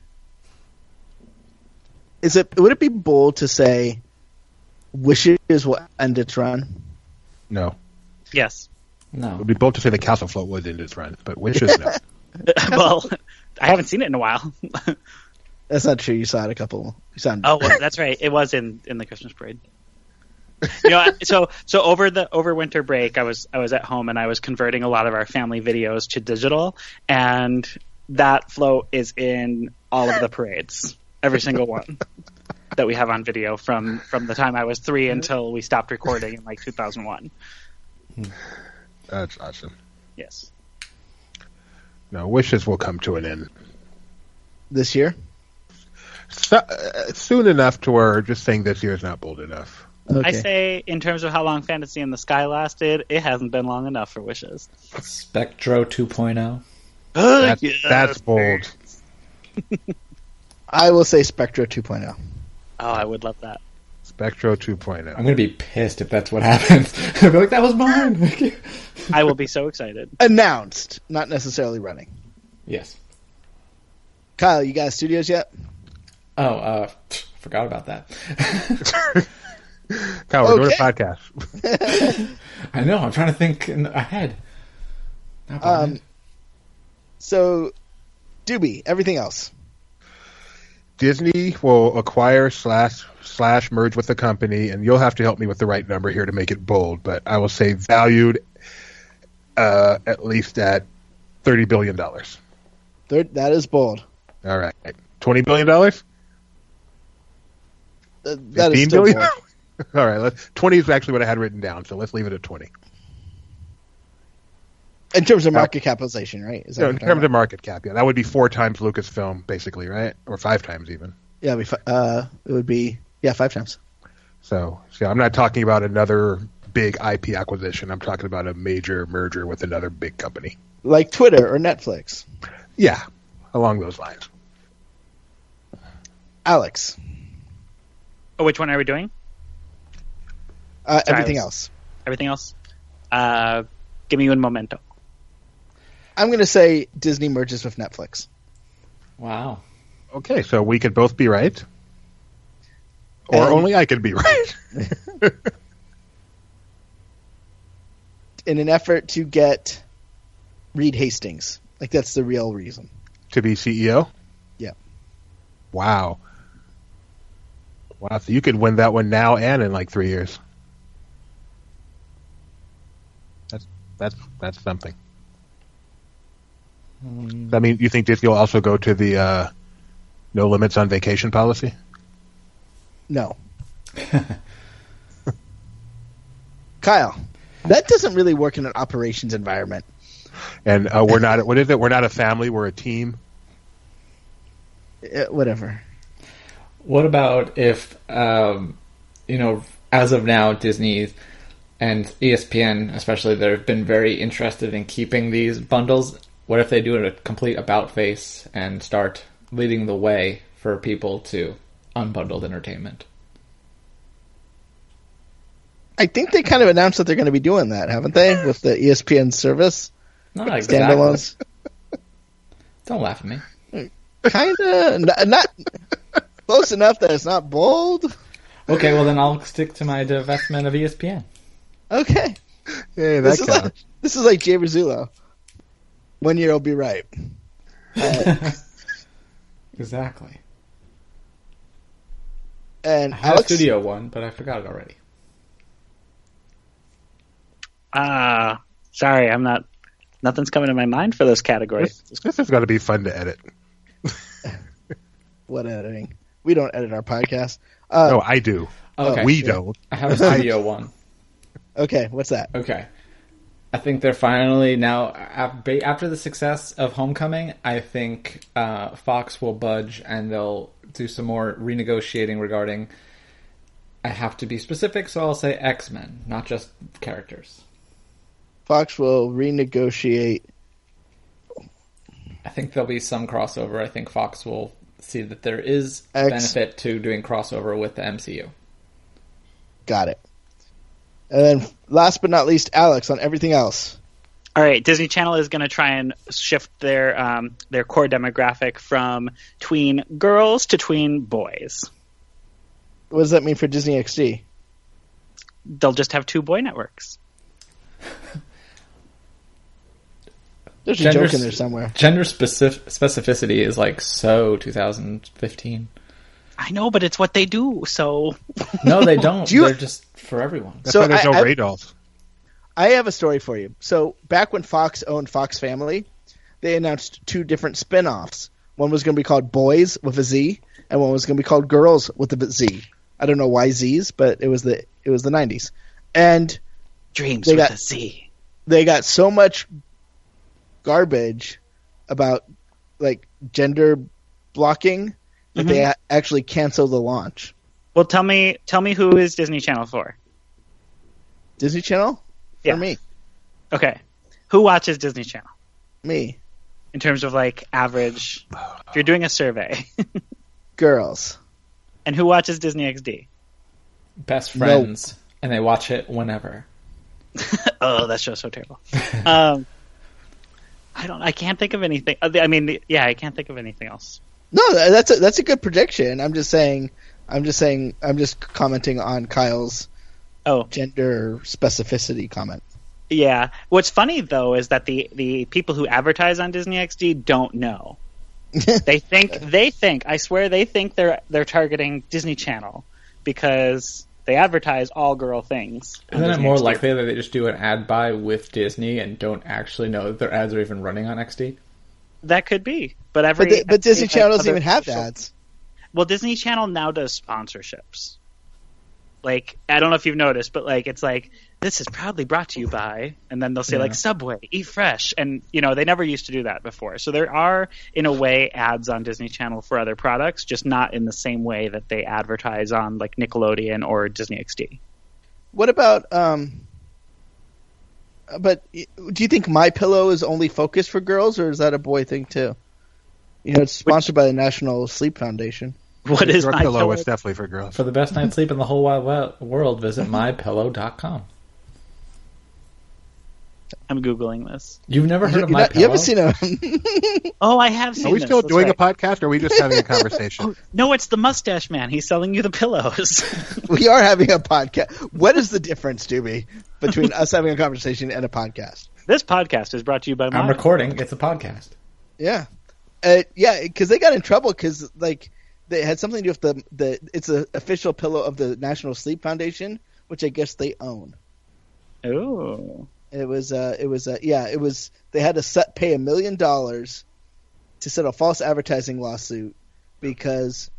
S2: Is it would it be bold to say, wishes will end its run?
S1: No.
S4: Yes.
S1: It
S3: no,
S1: would be bold to say the Castle Float was in its run, but wishes no.
S4: well, I haven't seen it in a while.
S2: That's not true. You saw it a couple. You saw it.
S4: Oh, well, that's right. It was in in the Christmas parade. You know, I- so so over the over winter break, I was I was at home and I was converting a lot of our family videos to digital, and that float is in all of the parades, every single one that we have on video from from the time I was three until we stopped recording in like 2001.
S1: That's awesome.
S4: Yes,
S1: No, wishes will come to an end.
S2: this year.
S1: So, uh, soon enough to where just saying this year is not bold enough.
S2: Okay.
S4: I say in terms of how long Fantasy in the Sky lasted, it hasn't been long enough for wishes.
S3: Spectro oh? 2.0.
S1: That's, that's bold.
S2: I will say Spectra 2.0.
S4: Oh, I Oh, would love that.
S1: Spectro oh. 2.0.
S3: I'm gonna be pissed if that's what happens. I'll be like, that was mine.
S2: Ah.
S4: I will be so excited.
S2: Announced, not necessarily running.
S3: yes.
S2: Kyle, you got studios yet?
S3: Oh, uh, pff, forgot about that.
S1: Kyle, we're doing a
S2: Okay.
S1: podcast.
S3: I know. I'm trying to think in, ahead. Not behind.
S2: Um, so, Doobie, everything else.
S1: Disney will acquire slash slash merge with the company, and you'll have to help me with the right number here to make it bold. But I will say valued uh, at least at thirty billion dollars.
S2: Third, that is bold.
S1: All right, twenty billion dollars,
S2: Th- That is
S1: fifteen
S2: still
S1: billion.
S2: bold.
S1: All right, let's, twenty is actually what I had written down, so let's leave it at twenty.
S2: In terms of market capitalization, right? Is that
S1: No,
S2: what
S1: in
S2: we're
S1: terms
S2: talking
S1: of market cap, yeah, that would be four times Lucasfilm, basically, right, or five times even.
S2: about? yeah, we, fi- uh, it would be yeah five times.
S1: So, so I'm not talking about another big IP acquisition. I'm talking about a major merger with another big company.
S2: Like Twitter or Netflix.
S1: Yeah, along those lines.
S2: Alex,
S4: Oh, which one are we doing?
S2: uh, everything
S4: Silas.
S2: else.
S4: Everything else? Uh, give me un momento.
S2: I'm going to say Disney merges with Netflix.
S3: wow.
S1: Okay, so we could both be right, or
S2: And-
S1: only I could be right.
S2: in an effort to get Reed Hastings. Like that's the real reason.
S1: to be CEO.
S2: Yeah.
S1: Wow. Wow. So you could win that one now and in like three years. That's that's that's something. I mean, you think Disney will also go to the uh, no limits on vacation policy?
S2: No. Kyle, that doesn't really work in an operations environment.
S1: And uh, we're not. What is it? We're not a family. We're a team.
S2: Uh, whatever.
S3: What about if, um, you know, as of now, Disney and E ESPN, especially, they've been very interested in keeping these bundles. What if they do a complete about face and start leading the way for people to unbundled entertainment?
S2: I think they kind of announced that they're going to be doing that, haven't they? With the E ESPN service
S3: Not exactly.
S2: standalones,
S3: Don't laugh at me.
S2: kind of not, not close enough that it's not bold.
S3: Okay, well then I'll stick to my divestment of E ESPN.
S2: Okay,
S1: Yeah, that
S2: this is
S1: counts.
S2: like, this is like Jay Rizzullo. One year I'll be Uh, right.
S3: Exactly.
S2: And
S3: I had
S2: Alex,
S3: a studio one, but I forgot it already.
S4: Ah, sorry, I'm not. Nothing's coming to my mind for those categories.
S1: This, this is going to be fun to edit.
S2: what editing? We don't edit our podcast. Uh,
S1: No, I do.
S3: Okay.
S1: we don't.
S3: I have a studio one.
S2: Okay, what's that?
S3: Okay. I think they're finally now af- ba- after the success of Homecoming. I think uh, Fox will budge and they'll do some more renegotiating regarding. I have to be specific, so I'll say X Men, not just characters.
S2: Fox will renegotiate.
S3: I think there'll be some crossover. I think Fox will see that there is
S2: X-
S3: benefit to doing crossover with the MCU.
S2: Got it. And then, last but not least, Alex on everything else.
S4: All right, Disney Channel is going to try and shift their um, their core demographic from tween girls to tween boys.
S2: What does that mean for Disney XD?
S4: They'll just have two boy networks.
S2: There's a
S3: Gender
S2: joke in there
S3: s-
S2: somewhere.
S3: Gender specif- specificity is like so 2015.
S4: I know, but it's what they do. So
S3: No, they don't.
S2: Do you-
S3: They're just for everyone.
S1: That's
S2: So
S1: why there's
S2: I-
S1: no
S2: I-
S1: Radolf.
S2: I have a story for you. So, back when Fox owned Fox Family, they announced two different spin offs. One was going to be called Boys with a Z, and one was going to be called Girls with a Z. I don't know why Z's, but it was the it was the 90s. And
S4: dreams
S2: They
S4: with
S2: got-
S4: a Z.
S2: they got so much garbage about like gender blocking that they a- actually canceled the launch.
S4: Well, tell me, tell me who is Disney Channel for?
S2: Disney Channel
S4: Yeah.
S2: for me,
S4: Okay, who watches Disney Channel
S2: me
S4: in terms of like average? If you're doing a survey,
S2: girls
S4: and who watches Disney XD?
S3: best friends, and they watch it whenever.
S4: oh, that show's so terrible. um, I don't. I can't think of anything. uh, I mean, yeah, I can't think of anything else.
S2: No, that's a, that's a good prediction. I'm just saying. I'm just saying. I'm just commenting on Kyle's
S4: Oh,
S2: gender specificity comment.
S4: yeah. What's funny though is that the the people who advertise on Disney XD don't know. They think they think I swear they think they're they're targeting Disney Channel because they advertise all girl things. on
S3: Isn't it
S4: Disney
S3: more
S4: XD.
S3: likely that they just do an ad buy with Disney and don't actually know that their ads are even running on XD?
S4: that could be? But every
S2: but, the, but Disney
S4: every
S2: Channel doesn't
S4: other
S2: even have
S4: social-
S2: ads.
S4: Well, Disney Channel now does sponsorships. Like, I don't know if you've noticed, but like, it's like this is proudly brought to you by, and then they'll say like Subway, Eat Fresh, and you know they never used to do that before. So there are, in a way, ads on Disney Channel for other products, just not in the same way that they advertise on like Nickelodeon or Disney XD.
S2: What about um? But y- do you think My Pillow is only focused for girls, or is that a boy thing too? You know, it's sponsored by the National Sleep Foundation.
S4: What is
S1: Your
S4: my
S1: pillow
S4: pillow?
S1: is definitely for girls.
S3: For the best night's sleep in the whole wide wo- world, visit mypillow.com.
S4: I'm googling this.
S3: You've never heard
S2: You,
S3: of my
S2: you
S3: pillow?
S2: haven't seen a
S4: Oh, I have seen.
S1: Are we
S4: this,
S1: still
S4: that's
S1: doing
S4: right.
S1: a podcast, or are we just having a conversation?
S4: No, it's the mustache man. He's selling you the pillows.
S2: we are having a podcast. What is the difference, Doobie, between us having a conversation and a podcast?
S4: this podcast is brought to you by.
S3: I'm
S4: Mile.
S3: recording. It's a podcast.
S2: Yeah, uh, yeah, because they got in trouble because like they had something to do with the the it's the official pillow of the National Sleep Foundation, which I guess they own.
S4: Ooh.
S2: It was uh, it was uh, yeah, it was they had to set, pay a million dollars to settle a false advertising lawsuit because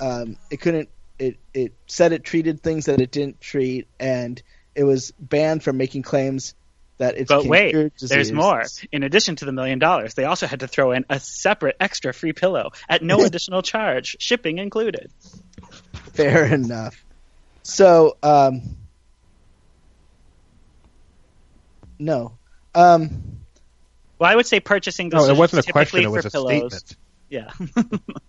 S2: um, it couldn't it it said it treated things that it didn't treat and it was banned from making claims that it's
S4: But
S2: can
S4: wait,
S2: cure
S4: there's
S2: disease.
S4: more. In addition to the million dollars, they also had to throw in a separate extra free pillow at no additional charge, shipping included.
S2: Fair enough. So, um, no, um,
S4: Well, I would say purchasing
S1: No,
S4: decisions
S1: it wasn't a
S4: typically
S1: question. It
S4: for
S1: was a
S4: pillows.
S1: statement.
S4: Yeah.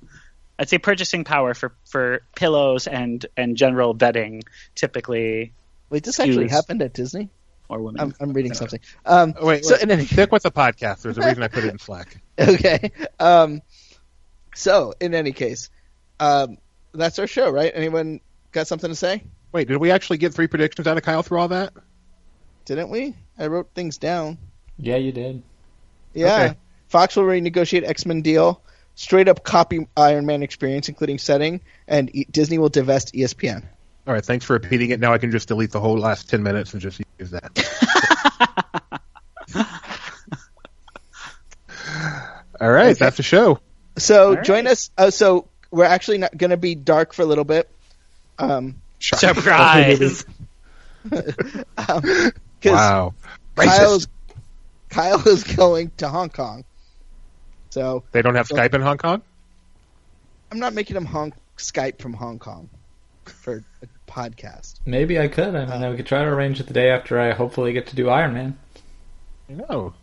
S4: I'd say purchasing power for, for pillows and, and general bedding typically
S2: wait, this actually
S4: Excuse.
S2: happened at Disney.
S4: or women.
S2: I'm, I'm reading something. Um,
S1: Oh, wait,
S2: so
S1: wait.
S2: in any
S1: stick with the podcast. There's a reason I put it in Slack.
S2: Okay. Um, so, in any case, um, that's our show, right? Anyone got something to say?
S1: Wait, did we actually get three predictions out of Kyle through all that?
S2: Didn't we? I wrote things down.
S3: Yeah, you did.
S2: Yeah.
S1: Okay.
S2: Fox will renegotiate X Men deal, straight up copy Iron Man experience, including setting, and e- Disney will divest ESPN.
S1: All right, thanks for repeating it. Now I can just delete the whole last 10 minutes and just use that. All right, that's the show.
S2: So,
S4: right.
S2: join us. Uh, so, we're actually not going to be dark for a little bit. Um,
S4: Surprise!
S2: um, cause
S1: Wow.
S2: Kyle's, Kyle is going to Hong Kong. So,
S1: They don't have Skype in Hong Kong?
S2: I'm not making him Hong Skype from Hong Kong for a podcast.
S3: Maybe I could. I mean, I could try to arrange it the day after I hopefully get to do Iron Man.
S1: No.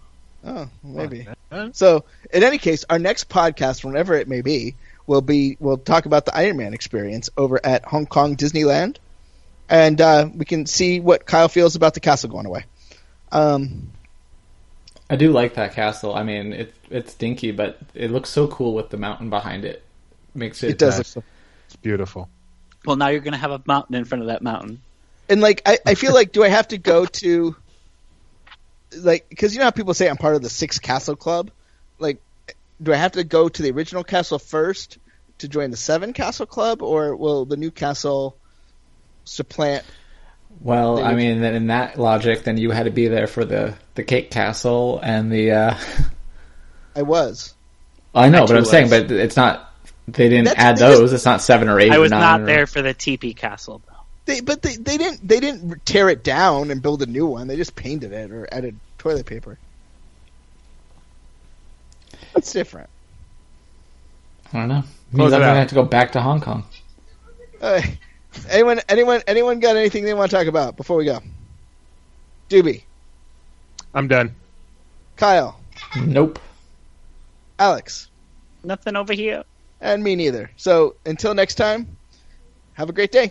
S2: Oh, maybe.
S1: man.
S2: So, in any case, our next podcast, whenever it may be, will be we'll talk about the Iron Man experience over at Hong Kong Disneyland, and uh, we can see what Kyle feels about the castle going away. Um,
S3: I do like that castle. I mean, it, it's dinky, but it looks so cool with the mountain behind it. Makes it,
S2: it does,
S1: does.
S2: look-
S1: It's beautiful.
S4: well, now you're going to have a mountain in front of that mountain.
S2: and like I, I feel like do I have to go to like because you know how people say I'm part of the Six Castle Club, like do I have to go to the original castle first to join the Seven Castle Club, or will the new castle supplant?
S3: Well, I mean, then in that logic, then you had to be there for the the cake castle and the. Uh,
S2: I was.
S3: I know,
S4: I
S3: but I'm
S4: too
S3: saying,
S4: was.
S3: but it's not. They didn't
S2: That's-
S3: add
S2: they just-
S3: those. It's not seven or eight.
S4: I
S3: or
S4: was
S3: nine
S4: not
S3: or-
S4: there for the teepee castle. though.
S2: They, but they, they didn't they didn't tear it down and build a new one. They just painted it or added toilet paper. That's different.
S3: I don't know. It
S1: Close
S3: means
S1: it
S3: I'm
S1: out.
S3: gonna have to go back to Hong Kong.
S2: Uh, anyone anyone anyone got anything they want to talk about before we go? Doobie,
S1: I'm done.
S2: Kyle,
S3: Nope.
S2: Alex,
S4: Nothing over here.
S2: and me neither. So until next time, have a great day.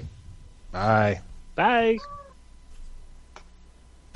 S1: Bye.
S4: Bye.